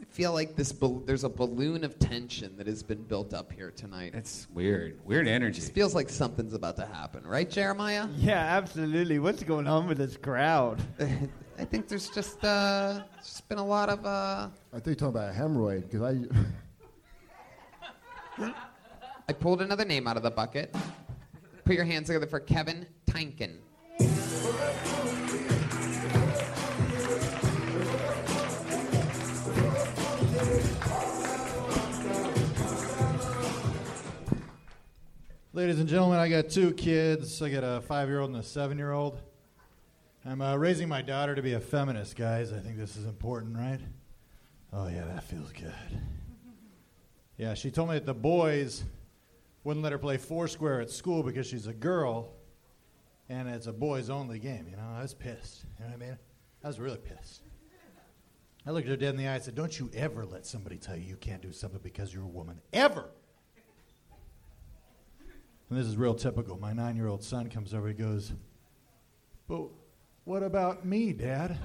I feel like this bal- there's a balloon of tension that has been built up here tonight. It's weird. Weird energy. Just feels like something's about to happen, right, Jeremiah? Yeah, absolutely. What's going on with this crowd? I think there's just uh, just been a lot of uh, I think you're talking about a hemorrhoid because I. I pulled another name out of the bucket. Put your hands together for Kevin Tankin. Ladies and gentlemen, I got two kids. I got a five year old and a seven year old. I'm uh, raising my daughter to be a feminist, guys. I think this is important, right? Oh, yeah, that feels good. Yeah, she told me that the boys wouldn't let her play Foursquare at school because she's a girl and it's a boys only game, you know? I was pissed. You know what I mean? I was really pissed. I looked her dead in the eye and said, Don't you ever let somebody tell you you can't do something because you're a woman. Ever! And this is real typical. My nine year old son comes over, he goes, But what about me, Dad?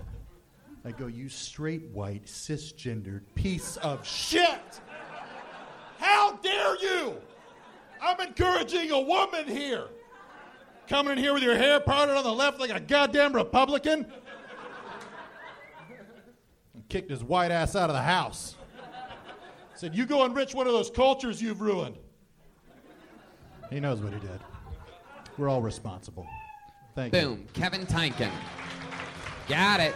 I go, You straight, white, cisgendered piece of shit! How dare you? I'm encouraging a woman here. Coming in here with your hair parted on the left like a goddamn Republican? And kicked his white ass out of the house. Said, you go enrich one of those cultures you've ruined. He knows what he did. We're all responsible. Thank you. Boom, Kevin Tankin. Got it.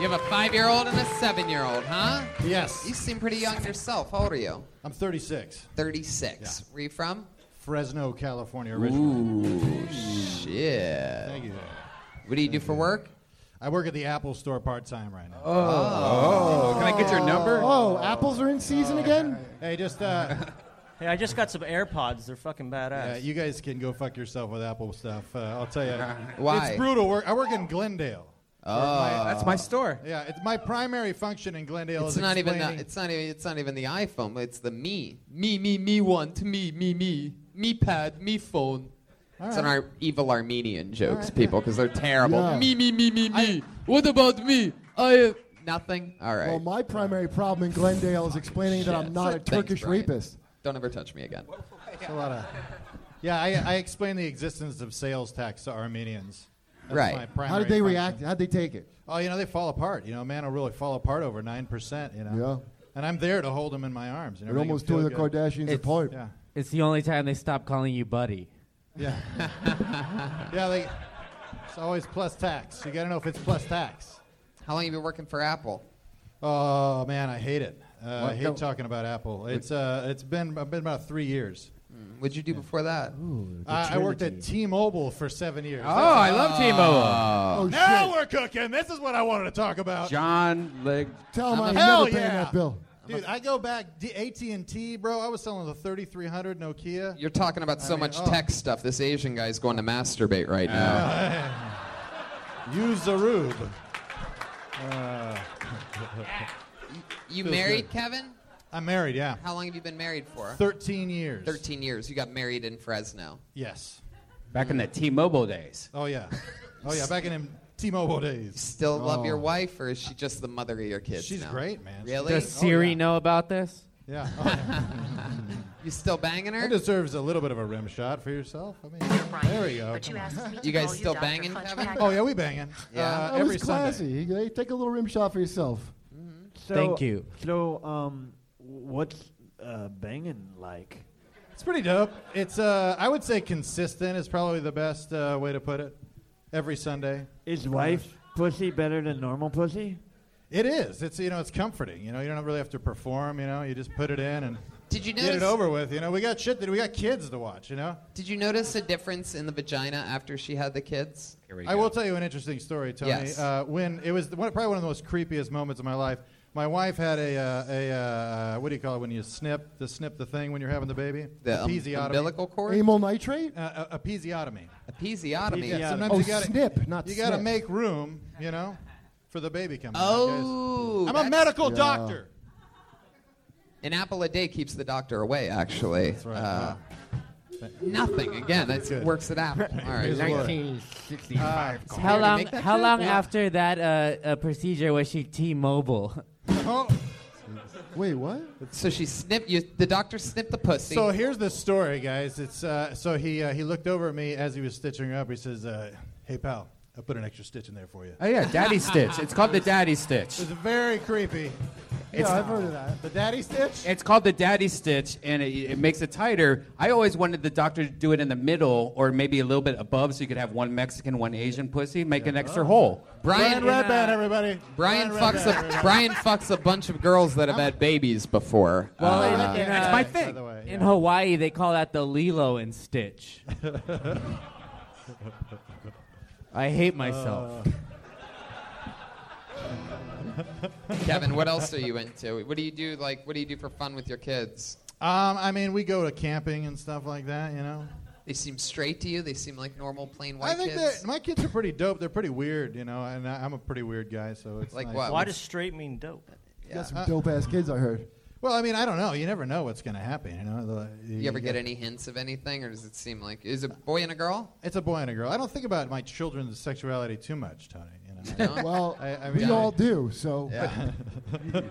You have a five-year-old and a seven-year-old, huh? Yes. You seem pretty young yourself. How old are you? I'm 36. 36. Where you from? Fresno, California, originally. Ooh, shit. Thank you. What do you do for work? Mm-hmm. I work at the Apple Store part time right now. Oh. Can I get your number? Oh, apples are in season again? Hey, just uh. hey, I just got some AirPods. They're fucking Yeah, badass. you guys can go fuck yourself with Apple stuff. Uh, I'll tell you. Why? It's brutal. Work. I work in Glendale. Or Oh. my- uh, That's my store. Yeah, it's my primary function in Glendale It's is not even. explaining. The, it's not even. It's not even the iPhone. It's the me. Me. Me. Me. Want me. Me. Me. Me pad. Me phone. All it's an right. Ar- evil Armenian jokes, people, because they're terrible. Yeah. Me. Me. Me. Me. Me. What about me? I uh, nothing. All right. Well, my primary problem in Glendale is explaining that I'm Shit. not a Thanks, Turkish Brian. rapist. Don't ever touch me again. It's a lot of. Yeah, I, I explain the existence of sales tax to Armenians. That's Right. my How did primary they function. react? How'd they take it? Oh, you know, they fall apart. You know, man will really fall apart over 9%, you know. Yeah. And I'm there to hold them in my arms. And It everything will almost tore feel the good. Kardashians apart. Yeah. It's the only time they stop calling you buddy. Yeah. yeah, they, it's always plus tax. You got to know if it's plus tax. How long you been working for Apple? Oh man, I hate it. Uh, I What? hate No. talking about Apple. It's uh, it's been been about three years. Mm, What'd you do before that? I worked at T-Mobile for seven years. Oh, I love T-Mobile. Oh, now we're cooking. This is what I wanted to talk about. John Leg. Tell him I'm Hell never paying yeah. that bill. Dude, I go back D- AT&T, bro. I was selling the 3300 Nokia. You're talking about I so mean, much oh. tech stuff. This Asian guy's going to masturbate right now. Use the rube. Uh, you feels married, good. Kevin? I'm married, yeah. How long have you been married for? 13 years. 13 years. You got married in Fresno. Yes. Back in the T-Mobile days. Oh yeah. Oh yeah, back in them T-Mobile days. Still love your Oh. wife, or is she just the mother of your kids? She's now? great, man. She's Really? Oh, Does Siri know about this? Yeah. you still banging her? That deserves a little bit of a rim shot for yourself. I mean, there you go. but you Come on. asked me to You guys call you still Dr. banging, Fudge Kevin? Oh yeah, we banging. Uh, that every was Sunday. classy. Hey, Take a little rim shot for yourself. So- Thank you. So, um, what's uh, banging like? It's pretty dope. It's uh, I would say consistent is probably the best uh, way to put it. Every Sunday. Is wife pussy better than normal pussy? It is. It's you know, it's comforting. You know, you don't really have to perform. You know, you just put it in and Did you get it notice- over with. You know, we got shit that we got kids to watch. You know. Did you notice a difference in the vagina after she had the kids? Here I will tell you an interesting story, Tony. Yes. Uh, when it was the- one, probably one of the most creepiest moments of my life. My wife had a, uh, a uh, what do you call it when you snip the snip the thing when you're having the baby? The um, Episiotomy. umbilical cord? Amyl nitrate? Uh, a, episiotomy. Episiotomy. Yeah, sometimes Oh, you gotta, snip, not You gotta snip. make room, you know, for the baby coming. out, Oh, guys. I'm that's- a medical Yeah. doctor. An apple a day keeps the doctor away, actually. That's right. Uh, Nothing. Again, it works it out. All right. Here's what- 1965 Uh, How long? How long after that uh, uh, procedure was she T-Mobile? Oh. Wait, what? So she snipped you. The doctor snipped the pussy. So here's the story, guys. It's uh, so he uh, he looked over at me as he was stitching her up. He says, uh, "Hey, pal, I put an extra stitch in there for you." Oh yeah, Daddy Stitch. It's called the Daddy Stitch. It's very creepy. It's- I've heard of that. The daddy stitch? It's called the Daddy Stitch, and it, it makes it tighter. I always wanted the doctor to do it in the middle, or maybe a little bit above, so you could have one Mexican, one Asian pussy, make an extra hole. Brian, uh, Redband, everybody. Brian fucks a Brian fucks a bunch of girls that have had babies before. Well, Uh, in, in, uh, In Hawaii, they call that the Lilo and Stitch. I hate myself. Uh, Kevin, what else are you into? What do you do? Like, what do you do for fun with your kids? Um, I mean, we go to camping and stuff like that, you know. They seem straight to you. They seem like normal, plain white I think kids. that my kids are pretty dope. They're pretty weird, you know, and I, I'm a pretty weird guy, so it's Like nice. what? Why does straight mean dope? You got some Uh, dope ass kids, I heard. Well, I mean, I don't know. You never know what's going to happen, you know. The- You ever get any hints of anything, or does it seem like is it a boy and a girl? It's a boy and a girl. I don't think about my children's sexuality too much, Tony. You know. well, I, I we mean, all I- do, so. Yeah.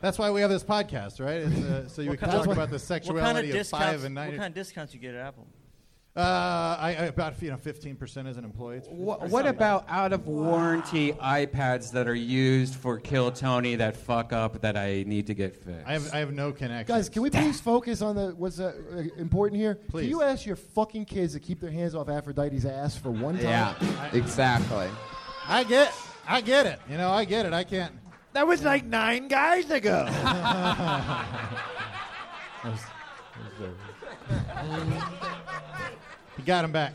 That's why we have this podcast, right? It's, uh, so you What can kind- talk about the what kind sexuality of of, five discounts? and nine. what kind of discounts you get at Apple? uh, I, I about you know fifteen percent as an employee. It's What, 15%. what about out of warranty iPads that are used for Kill Tony that fuck up that I need to get fixed? I have I have no connection. Guys, can we please focus on the what's uh, uh, important here? Please. Can you ask your fucking kids to keep their hands off Aphrodite's ass for one time? exactly. I get I get it. You know, I get it. I can't. That was like nine guys ago. he got him back.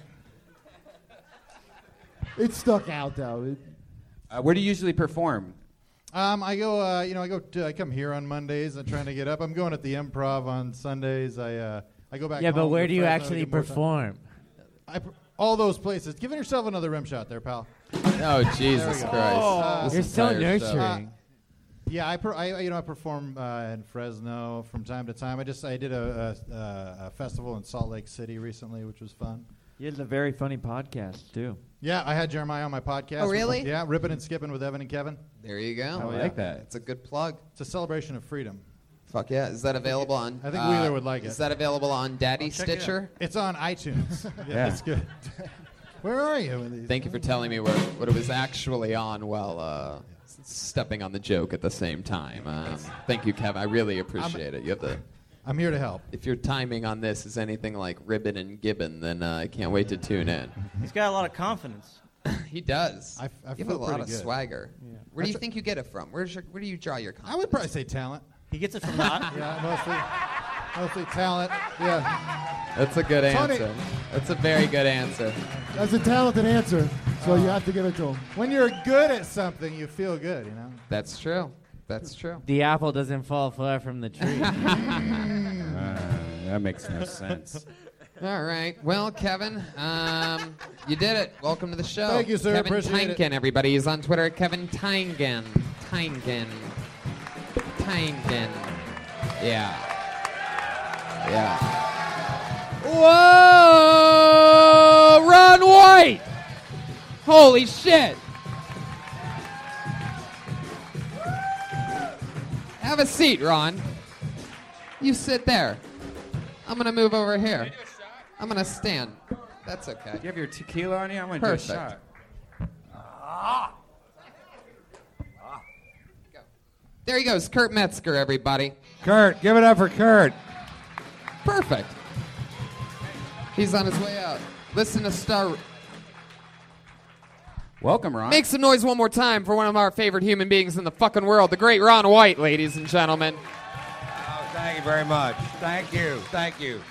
It stuck out though. It, Uh, where do you usually perform? Um, I go, uh, you know, I go. To, I come here on Mondays. I'm trying to get up. I'm going at the Improv on Sundays. I uh, I go back. Yeah, but home to where do you Fresno to actually get more time. perform? I pr- all those places. Giving yourself another rim shot there, pal. Oh, Jesus There we go. Oh. Uh, Christ. This You're so entire show. nurturing. yeah, I, per- I you know I perform uh, in Fresno from time to time. I just I did a, a, a- a festival in Salt Lake City recently, which was fun. He has a very funny podcast too. Yeah, I had Jeremiah on my podcast. Oh, really? Yeah, ripping and skipping with Evan and Kevin. There you go. I like that. It's a good plug. It's a celebration of freedom. Fuck yeah. Is that available on? uh, I think Wheeler would like is it. Is that available on Daddy I'll check it out. Stitcher? It's on iTunes. yeah, Yeah. it's good. Where are you? in these? Thank you for telling me where, what it was actually on while uh, s- stepping on the joke at the same time. Um, thank you, Kev. I really appreciate it. You have the. I'm here to help. If your timing on this is anything like ribbon and gibbon, then uh, I can't wait to tune in. He's got a lot of confidence. he does. I, f- I you have a feel lot pretty of good. swagger. Yeah. Where do you That's- think you get it from? Where's your, where do you draw your confidence? I would probably say talent. He gets it from yeah, mostly, mostly talent. Yeah, That's a good Tony- answer. That's a very good answer. That's a talented answer, so you have to give it to him. when you're good at something, you feel good. You know. That's true. That's true. The apple doesn't fall far from the tree. Uh, that makes no sense. All right. Well, Kevin, um, you did it. Welcome to the show. Thank you, sir. Kevin Appreciate it. Tyneken, everybody. He's on Twitter at Kevin Tyneken. Tyneken. Tyneken. Yeah. Yeah. Whoa! Ron White! Holy shit! Have a seat, Ron. You sit there. I'm going to move over here. I'm going to stand. That's okay. You have your tequila on you? I'm going to do a Perfect. shot. There he goes, Kurt Metzger, everybody. Kurt, give it up for Kurt. Perfect. He's on his way out. Listen to Star. Welcome, Ron. Make some noise one more time for one of our favorite human beings in the fucking world, the great Ron White, ladies and gentlemen. Oh, thank you very much. Thank you. Thank you.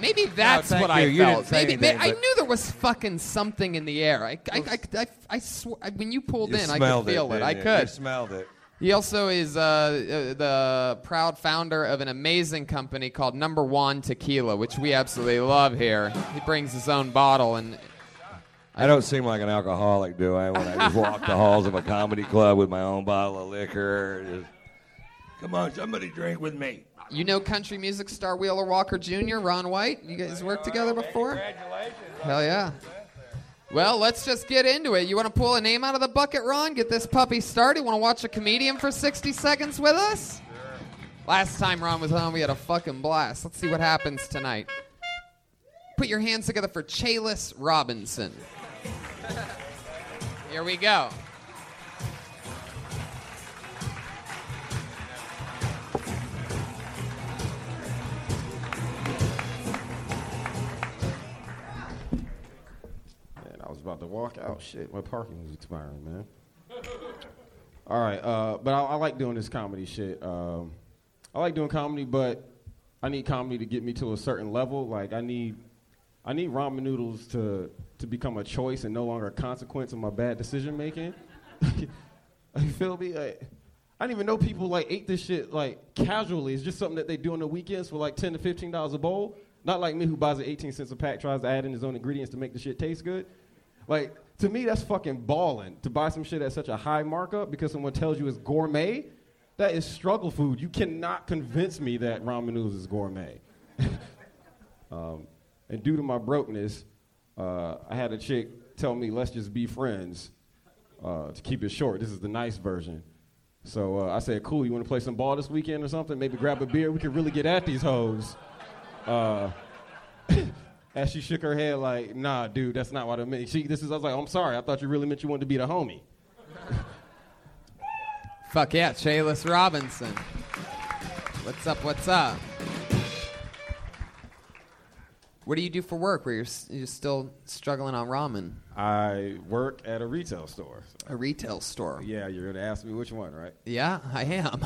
Maybe that's thank what I you. You felt. didn't say maybe anything, may- I but- knew there was fucking something in the air. I, I, I, I, I swear, I, when you pulled You in, I could smelled it, feel it. I didn't you? You could. smelled it. He also is uh, uh, the proud founder of an amazing company called Number One Tequila, which we absolutely love here. He brings his own bottle, and I don't seem like an alcoholic, do I? When I just walk the halls of a comedy club with my own bottle of liquor. Just, Come on, somebody drink with me. you know country music star Wheeler Walker Jr., Ron White. You guys worked together before? Hell yeah. Well, let's just get into it. You want to pull a name out of the bucket, Ron? Get this puppy started? Want to watch a comedian for 60 seconds with us? Last time Ron was on, we had a fucking blast. Let's see what happens tonight. Put your hands together for Chalis Robinson. Here we go. Man, I was about to walk out. Shit, my parking was expiring, man. All right, uh, but I, I like doing this comedy shit. Um, I like doing comedy, but I need comedy to get me to a certain level. Like I need, I need ramen noodles to to become a choice and no longer a consequence of my bad decision making. you feel me? Like, I didn't even know people like ate this shit like casually. It's just something that they do on the weekends for like ten to fifteen dollars a bowl. Not like me who buys it eighteen cents a pack, tries to add in his own ingredients to make the shit taste good. Like to me, that's fucking balling to buy some shit at such a high markup because someone tells you it's gourmet. That is struggle food. You cannot convince me that ramen noodles is gourmet. Um, and due to my brokenness, uh, I had a chick tell me, let's just be friends uh, to keep it short. This is the nice version. So uh, I said, cool, you want to play some ball this weekend or something? Maybe grab a beer? We could really get at these hoes. Uh, as she shook her head, like, nah, dude, that's not what I meant. She, this is, I was like, I'm sorry. I thought you really meant you wanted to be the homie. Fuck yeah, Chalis Robinson. What's up? What's up? What do you do for work where you're, s- you're still struggling on ramen? I work at a retail store. A retail store. Yeah, you're going to ask me which one, right? Yeah, I am.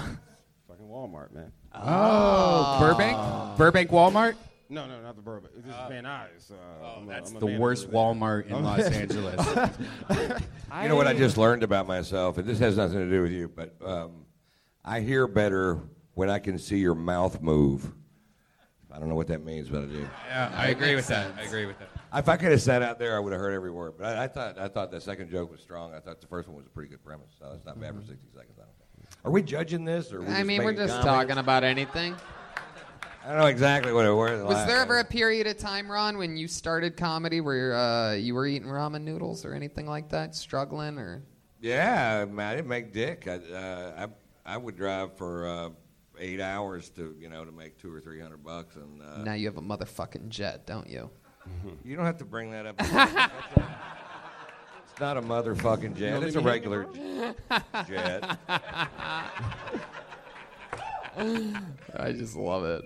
Fucking Walmart, man. Oh, Ah. Burbank? Burbank Walmart? No, no, not the Burbank. This is Van Nuys. Uh, I'm a- that's I'm a the Van worst Nuys. Walmart in I'm- Los Angeles. I- You know what I just learned about myself, and this has nothing to do with you, but um, I hear better when I can see your mouth move. I don't know what that means, but I do. Yeah, I agree with that. I agree with that. If I could have sat out there, I would have heard every word. But I, I thought I thought the second joke was strong. I thought the first one was a pretty good premise. So that's not bad for 60 seconds. I don't think. Are we judging this? Or are we Mm-hmm. I mean, we're making just comments? talking about anything. I don't know exactly what it was. Was there ever a period of time, Ron, when you started comedy where uh, you were eating ramen noodles or anything like that, struggling or? Yeah, I, mean, I didn't make dick. I, uh, I I would drive for uh, eight hours to you know to make two or three hundred bucks, and uh, now you have a motherfucking jet, don't you? you don't have to bring that up. it's not a motherfucking jet. It's a regular j- jet. I just love it.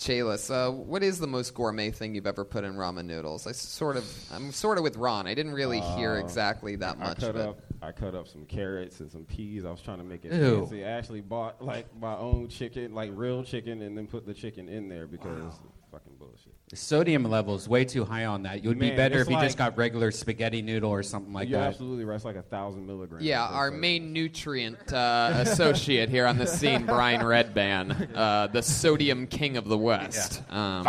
Chalice, uh, what is the most gourmet thing you've ever put in ramen noodles? I s- sort of, I'm sort of with Ron. I didn't really hear Uh, exactly that I much cut of it. Up, I cut up some carrots and some peas. I was trying to make it Ew. fancy. I actually bought like my own chicken, like real chicken, and then put the chicken in there because fucking bullshit. The sodium level's way too high on that. It would be Man, better if it's you just like- got regular spaghetti noodle or something like You're that. absolutely right. It's like a thousand milligrams. Yeah, So our main nutrient uh, associate here on the scene, Brian Redban, uh, the sodium king of the West. Um,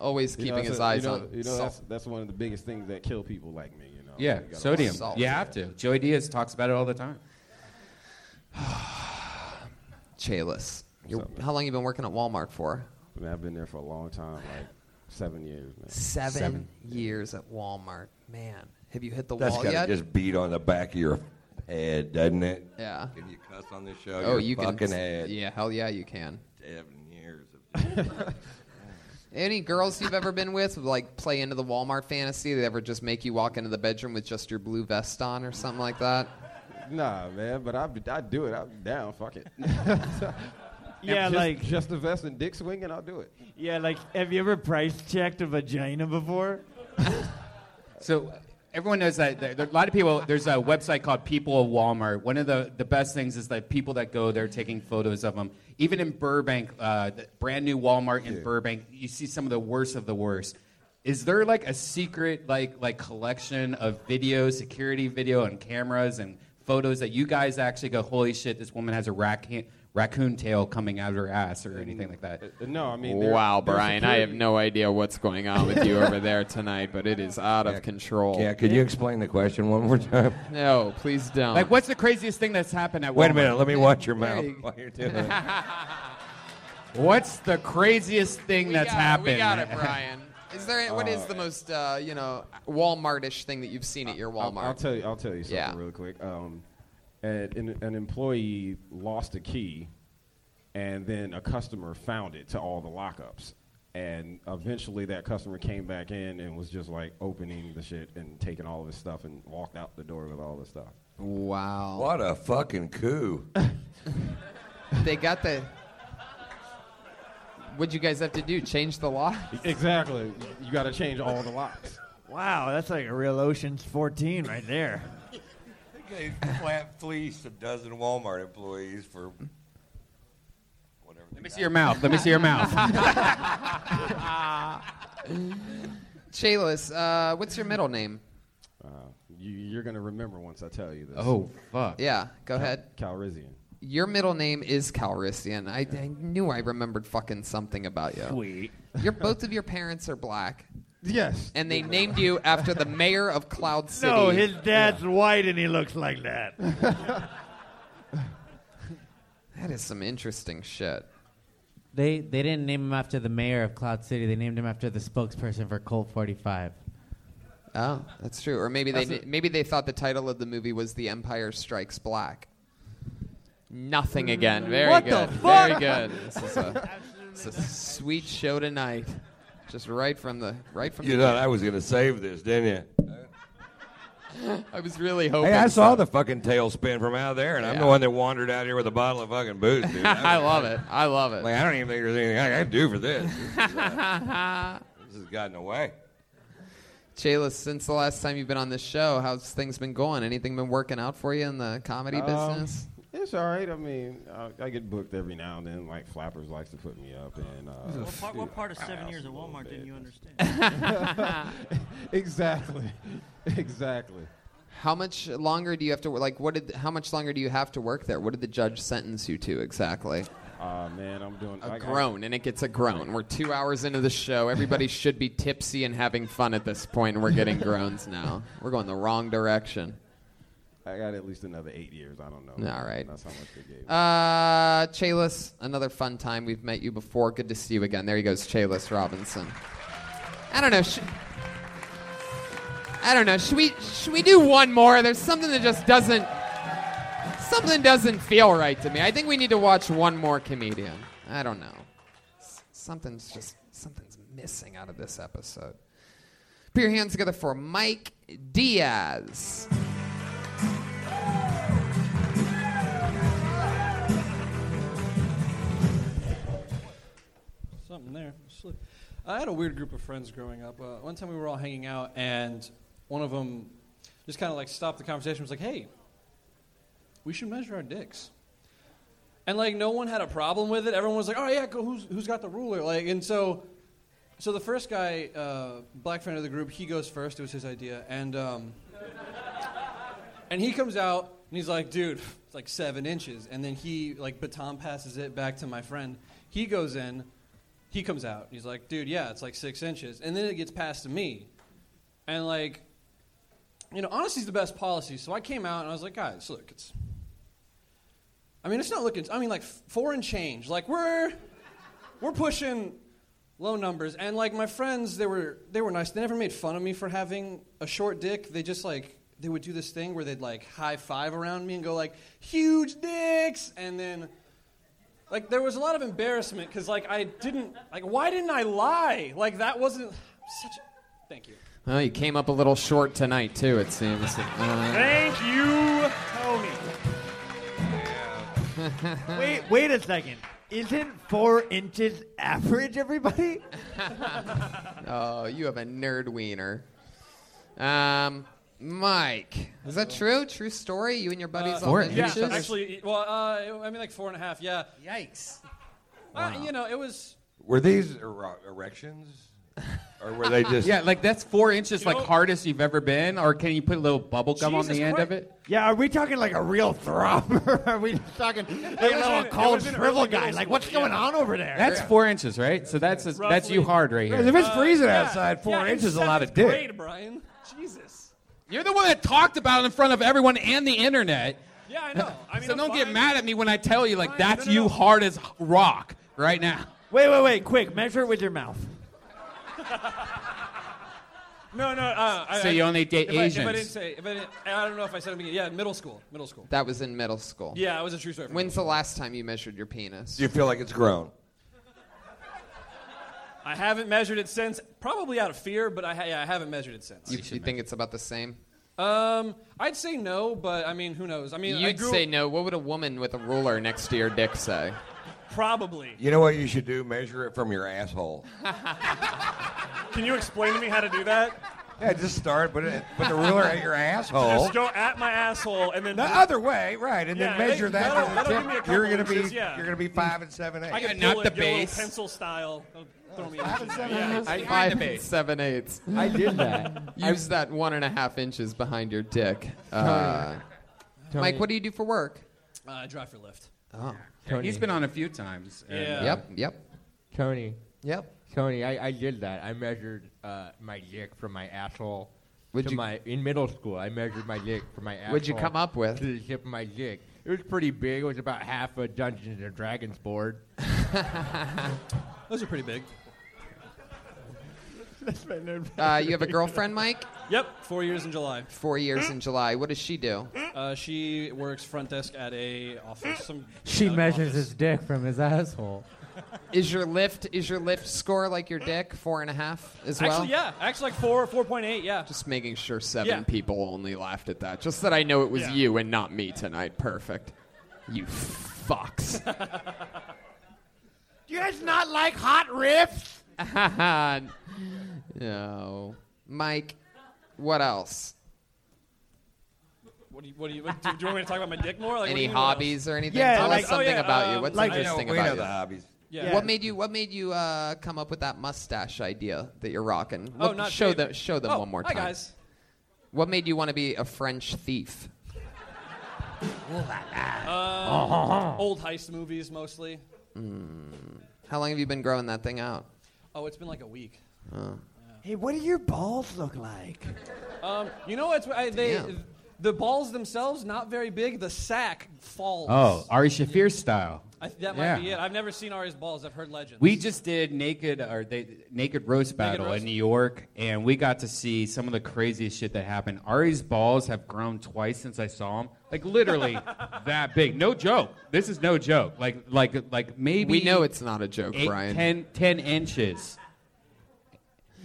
Always You know, keeping so- his eyes you know, on You know, salt. that's, that's one of the biggest things that kill people like me. You know. Yeah, You gotta sodium. watch salt. You have to. Joey Diaz talks about it all the time. Chalice. You're, how long you been working at Walmart for? Man, I've been there for a long time, like seven years, man. Seven, years at Walmart. Man, have you hit the That's wall gotta yet? just beat on the back of your head, doesn't it? Yeah. Can you cuss on this show? oh, Your you fucking can. head. Yeah, hell yeah, you can. Seven years of Any girls you've ever been with like play into the Walmart fantasy? They ever just make you walk into the bedroom with just your blue vest on or something like that? Nah, man, but I, I do it. I'm down. Fuck it. Yeah, just, like- just the vest and dick swinging, I'll do it. Yeah, like, have you ever price checked a vagina before? So everyone knows that there, there- a lot of people. There's a website called People of Walmart. One of the, the best things is that people that go there taking photos of them. Even in Burbank, uh, the brand new Walmart in Burbank, you see some of the worst of the worst. Is there like a secret like like collection of video, security video, and cameras and photos that you guys actually go, holy shit, this woman has a raccoon raccoon tail coming out of her ass or anything like that? uh, No, I mean. there- Wow, there's Brian, I security- have no idea what's going on with you over there tonight, but it is out of control. Yeah, could you explain the question one more time? No, please don't. Like, what's the craziest thing that's happened at Wait Walmart? a minute, let me watch your There mouth you- while you're doing it. What's the craziest thing We that's got it, happened? We got it, Brian. Is there what is Uh, the most uh, you know Walmartish thing that you've seen at your I'll- Walmart? I'll, tell you. I'll tell you something Yeah. real quick. Um, an, an- an employee lost a key, and then a customer found it to all the lockups, and eventually that customer came back in and was just like opening the shit and taking all of his stuff and walked out the door with all the stuff. Wow. What a fucking coup. They got the. What'd you guys have to do? Change the law? Exactly. You got to change all the locks. Wow, that's like a real Ocean's 14 right there. They flat fleeced a dozen Walmart employees for whatever. Let me see your mouth. Let me see your mouth. Chalice, uh, what's your middle name? Uh, you, you're gonna remember once I tell you this. Oh, fuck. Yeah, go ahead. Calrissian. Your middle name is Calrissian. I, I knew I remembered fucking something about you. Sweet. Your both of your parents are black. Yes. And they named you after the mayor of Cloud City. No, his dad's white and he looks like that. That is some interesting shit. They they didn't name him after the mayor of Cloud City. They named him after the spokesperson for Colt 45. Oh, that's true. Or maybe they That's a- maybe they thought the title of the movie was The Empire Strikes Black. Nothing again. Very What the good. fuck? Very good. This is a, it's a sweet show tonight. Just right from the right from You the thought I was going to save this, didn't you? I was really hoping. Hey, I saw so. the fucking tail spin from out there, and I'm Yeah. the one that wandered out here with a bottle of fucking booze, dude. I love it. I love it. Like, I don't even think there's anything I can do for this. This, is, uh, this has gotten away. Chayla, since the last time you've been on this show, how's things been going? Anything been working out for you in the comedy Um, business? It's all right. I mean, I, I get booked every now and then. Like Flappers likes to put me up, and uh, What part- what part of seven years at Walmart didn't you understand? exactly, exactly. How much longer do you have to like? What did? How much longer do you have to work there? What did the judge sentence you to exactly? Ah, man, I'm doing A I- I- groan, and it gets a groan. We're two hours into the show. Everybody should be tipsy and having fun at this point, and we're getting groans now. We're going the wrong direction. I got at least another eight years. I don't know. All right. That's how much they gave. Uh, Chalis, another fun time. We've met you before. Good to see you again. There he goes, Chalis Robinson. I don't know. Sh- I don't know. Should we should we do one more? There's something that just doesn't something doesn't feel right to me. I think we need to watch one more comedian. I don't know. S- something's just something's missing out of this episode. Put your hands together for Mike Diaz. Something there. Slick. I had a weird group of friends growing up. Uh, one time we were all hanging out, and one of them just kind of like stopped the conversation. Was like, "Hey, we should measure our dicks." And like, no one had a problem with it. Everyone was like, "Oh yeah, cool. who's who's got the ruler?" Like, and so, so the first guy, uh, black friend of the group, he goes first. It was his idea, and um, and he comes out and he's like, "Dude, it's like seven inches." And then he like baton passes it back to my friend. He goes in. He comes out. He's like, dude, yeah, it's like six inches. And then it gets passed to me. And, like, you know, honesty's the best policy. So I came out and I was like, guys, look, it's. I mean, it's not looking. I mean, like, f- four and change. Like, we're. We're pushing low numbers. And, like, my friends, they were, they were nice. They never made fun of me for having a short dick. They just, like, they would do this thing where they'd, like, high five around me and go, like, huge dicks. And then like there was a lot of embarrassment because like i didn't like why didn't i lie like that wasn't such a thank you Oh, you came up a little short tonight too. It seems. Uh, Thank you, Tony. wait, wait a second. Isn't four inches average, everybody? oh, you have a nerd wiener. Um, Mike, is that true? True story? You and your buddies Uh, all been yeah douches? actually well uh, i mean like four and a half yeah yikes uh, you know it was Were these ero- erections? Or were they just. yeah, like that's four inches, You like know- hardest you've ever been, or can you put a little bubble gum on Jesus the end Christ. of it? Yeah, are we talking like a real throbber? are we just talking like was a little in- it cold was in shrivel early guy? middle Like, what's school, going yeah. on over there? That's four inches, right? So that's a, that's you hard right here. If Uh, it's freezing yeah. outside, four in inches is a lot of seventh dick. grade, brian jesus You're the one that talked about it in front of everyone and the internet. yeah i know i mean so I'm don't get fine. mad at me when I tell you like that's you hard as rock right now. Wait, wait, wait! Quick, measure it with your mouth. no no uh, I, So I- you only date if I- if I, Asians. didn't say if I, didn't, I don't know if i said it in the beginning. yeah middle school middle school that was in middle school. yeah it was a true story When's the last time you measured your penis? Do you feel like it's grown? i haven't measured it since probably out of fear but i, ha- yeah, I haven't measured it since You, you think it's about the same? Um, I'd say no, but I mean, who knows? I mean, I You'd grew say no. What would a woman with a ruler next to your dick say? probably. You know what you should do? Measure it from your asshole. Can you explain to me how to do that? Yeah, just start, put, it, put the ruler at your asshole. Just go at my asshole and then The other way, right? And Yeah, then measure they- that. that'll- to the that'll tip. give me a couple You're gonna be inches, yeah. you're gonna be five and seven eight. I can pull it, go pencil style. Don't Throw me out. Yeah. I five and seven eighths. I did that. Use that one and a half inches behind your dick. Uh, Tony. Mike, what do you do for work? Uh, I drive for Lyft. Oh, Yeah, He's been on a few times. and, Yeah. uh, Yep, yep. Tony. Yep. Tony, I, I did that. I measured uh, my dick from my asshole Would to you- my in middle school. I measured my dick from my asshole. What'd you come up with? To the tip of my dick. It was pretty big. It was about half a Dungeons and Dragons board. Those are pretty big. Uh, you have a girlfriend, Mike? Yep, four years in July. Four years in July. What does she do? Uh, she works front desk at a office. Some She uh, measures office. his dick from his asshole. Is your lift is your lift score like your dick four and a half as well? Actually, yeah. Actually, like four, four point eight. Yeah. Just making sure seven Yeah. people only laughed at that. Just that I know it was Yeah. you and not me tonight. Perfect. You fucks. Do you guys not like hot riffs? no. Mike, what else? What do you? What do you? What, do, do you want me to talk about my dick more? Like, what do Any you mean, what hobbies else? or anything? Tell us something oh, yeah, about you. um, What's like- interesting we about know you? the hobbies. Yeah. What made you What made you uh, come up with that mustache idea that you're rocking? Oh, Look- not show shaved. them Show them Oh, one more hi, time. guys. What made you want to be a French thief? Um, old heist Uh, movies mostly. Hmm. How long have you been growing that thing out? Oh, it's been like a week. Oh. Hey, what do your balls look like? Um, you know what's I, they the balls themselves not very big. The sack falls. Oh, Ari Shafir style. I, th- that might be it. I've never seen Ari's balls. I've heard legends. We just did naked or they, naked roast battle in New York, and we got to see some of the craziest shit that happened. Ari's balls have grown twice since I saw him. Like literally that big. No joke. This is no joke. Like like like maybe We know it's not a joke, eight, Brian. 10, 10 inches.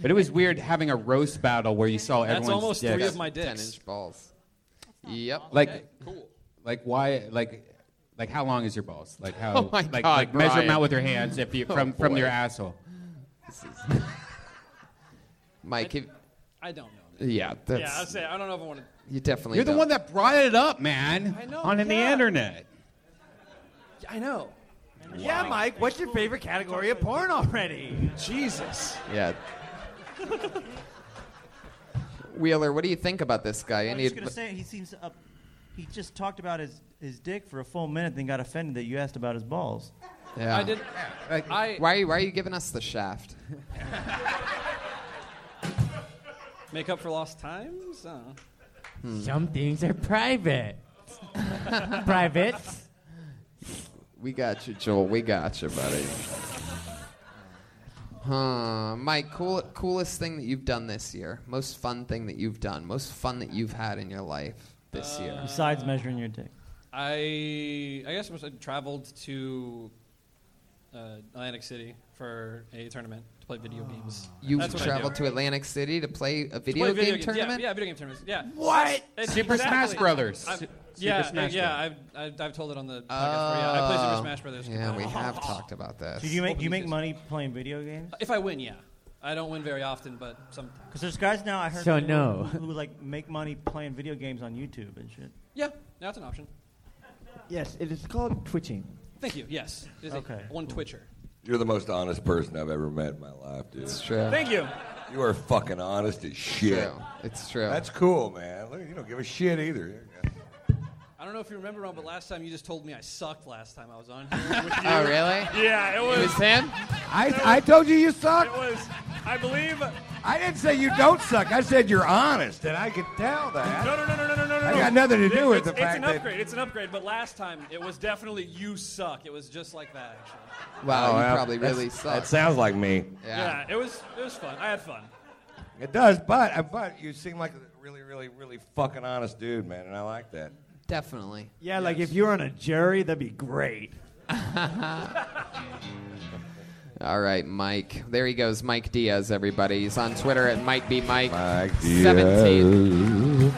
But it was weird having a roast battle where you saw everyone's dicks. Ten-inch balls. Yep. Like, like why? Like, like how long is your balls? Like how? Oh my like, God, like measure them Brian. out with your hands if you Oh from from your boy. asshole. This is- Mike, if- I don't know. yeah, that's yeah, I say I don't know if I want to. you definitely. You're the don't. one that brought it up, man. I know, On the yeah. internet. I know. Yeah, Mike, what's your favorite category of porn already? Jesus. Yeah. Wheeler, what do you think about this guy? I was Any just gonna adv- say he seems up. He just talked about his, his dick for a full minute, then got offended that you asked about his balls. Yeah. I did- Like, I- why, why are you giving us the shaft? Make up for lost times. I don't know. Some things are private. private. We got you, Joel. We got you, buddy. Huh. Mike, cool, coolest thing that you've done this year? Most fun thing that you've done? Most fun that you've had in your life this year? Besides measuring your dick. I I guess I was- I traveled to uh, Atlantic City for a tournament to play Ah. video games. You That's what I do. traveled to Atlantic City to play a To video, play game games. tournament? Yeah, yeah, video game tournaments. Yeah. What? It's- Super Smash Brothers. I've- Su- yeah, Super Smash yeah. I've, I've, I've told it on the podcast. before, yeah, I play Super Oh. Smash Brothers. Yeah, we have talked about this. Do you make you make money playing video games? If I win, yeah. I don't win very often, but some. Because there's guys now I heard So who- no. who, who, like make money playing video games on YouTube and shit. Yeah, that's an option. Yes, it is called twitching. Thank you. Yes. There's a- Okay, One Twitcher. You're the most honest person I've ever met in my life, dude. It's true. Thank you. You are fucking honest as shit. true. It's true. That's cool, man. Look, you don't give a shit either. I don't know if you remember, Ron, but last time you just told me I sucked last time I was on here. with you. Oh, really? Yeah, it was. him? It I, was- I told you you It suck. was. I believe. I didn't say you don't suck. I said you're honest, and I could tell that. No, no, no, no, no, no, no. I no. got nothing to It- do with the it's- fact It's an that- upgrade. It's an upgrade. But last time it was definitely you suck. It was just like that. Actually. Wow, Oh, you yeah. probably That's- really suck. That sounds like me. Yeah. It was. It was fun. I had fun. It does, but uh, but you seem like a really, really, really fucking honest dude, man, and I like that. Definitely. Yeah, like if you were on a jury, that'd be great. All right, Mike. There he goes, Mike Diaz, everybody. He's on Twitter at Mike B Mike. Mike 17.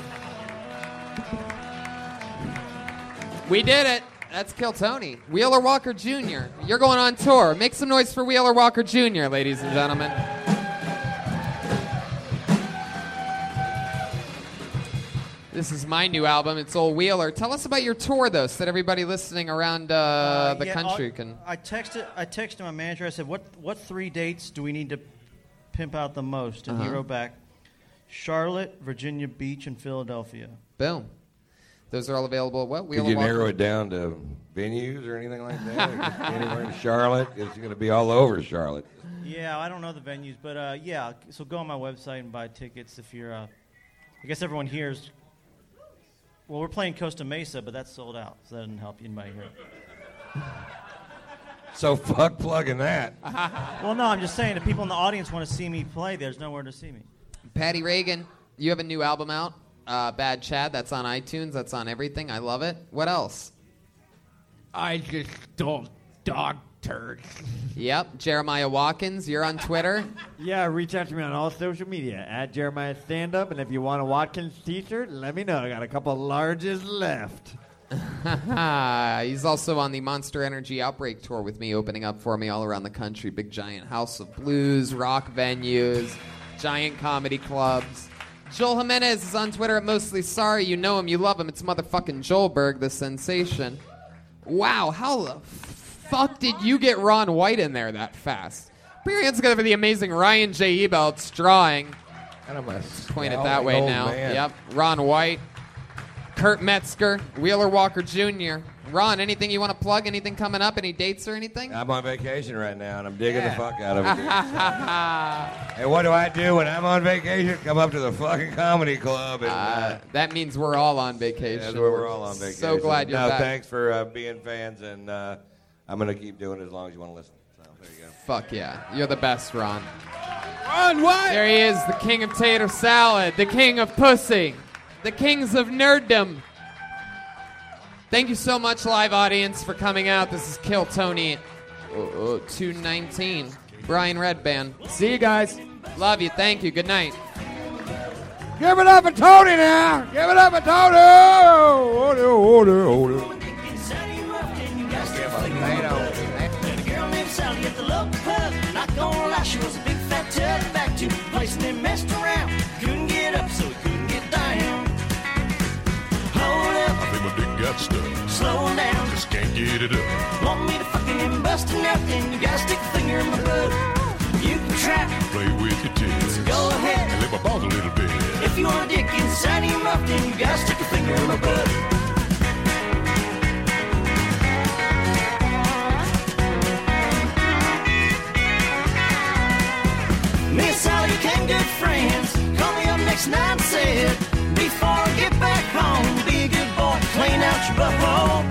We did it. That's Kill Tony. Wheeler Walker Jr. You're going on tour. Make some noise for Wheeler Walker Jr., ladies and gentlemen. This is my new album. It's Old Wheeler. Tell us about your tour, though, so that everybody listening around uh, Uh, the yeah, country I'll- can. I texted. I texted my manager. I said, "What what three dates do we need to pimp out the most?" And he Uh-huh. wrote back, "Charlotte, Virginia Beach, and Philadelphia." Boom. Those are all available at what? Could you narrow it down to venues or anything like that? Anywhere in Charlotte? It's going to be all over Charlotte. Yeah, I don't know the venues, but uh, yeah. So go on my website and buy tickets if you're. Uh, I guess everyone here is. Well, we're playing Costa Mesa, but that's sold out, so that didn't help anybody here. So fuck plugging that. well, no, I'm just saying if people in the audience want to see me play, there's nowhere to see me. Patty Reagan, you have a new album out, uh, Bad Chad. That's on iTunes. That's on everything. I love it. What else? I just stole dog turds. Yep, Jeremiah Watkins. You're on Twitter. Yeah, reach out to me on all social media at Jeremiah Stand Up, and if you want a Watkins T-shirt, let me know. I got a couple larges left. He's also on the Monster Energy Outbreak Tour with me, opening up for me all around the country. Big giant house of blues, rock venues, giant comedy clubs. Joel Jimenez is on Twitter at Mostly Sorry. You know him, you love him. It's motherfucking Joelberg, the sensation. Wow, how the fuck did you get Ron White in there that fast? Put your hands together for the amazing Ryan J. Ebelt's drawing. And I'm a Point it scowling that way old now. man. Yep, Ron White. Kurt Metzger, Wheeler Walker Jr. Ron, anything you want to plug? Anything coming up? Any dates or anything? I'm on vacation right now, and I'm digging Yeah. the fuck out of it. dude. and what do I do when I'm on vacation? Come up to the fucking comedy club. And, uh, that means we're all on vacation. that's where we're all on vacation. So glad you're no, back. thanks for uh, being fans, and uh, I'm gonna keep doing it as long as you want to listen. So there you go. Fuck yeah. You're the best, Ron. Ron, what? There he is, the king of tater salad, the king of pussy, the kings of nerddom. Thank you so much, live audience, for coming out. This is Kill Tony uh, uh, 219, Brian Redband. See you guys. Love you. Thank you. Good night. Give it up for Tony now. Give it up for Tony. Order, order, order. Met a girl named Sally at the local pub. Not gonna lie, she was a big fat tub. Back to the place and they messed around. Couldn't get up, so we couldn't get down. Hold up, I think my dick got stuck. slow down. Just can't get it up. Want me to fucking and bust or nothing? You gotta stick a finger in my butt. You can try, Play with your tits. go ahead. And let my balls a little bit. If you want a dick inside of your mouth, then you gotta stick a finger in my butt. Me and Sally became good friends. Call me up next night and said, Before I get back home, be a good boy, clean out your butthole.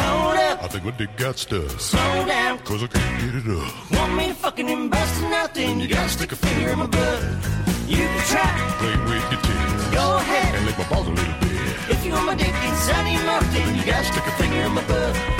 Hold up, I think my dick got stuck. Slow down. Cause I can't get it up. want me to fucking embarrass nothing? You gotta stick a finger in my butt. You can try, Play with your tits. go ahead. And let my balls a little bit. If you want my dick inside of your mouth, then you gotta stick a finger in my butt.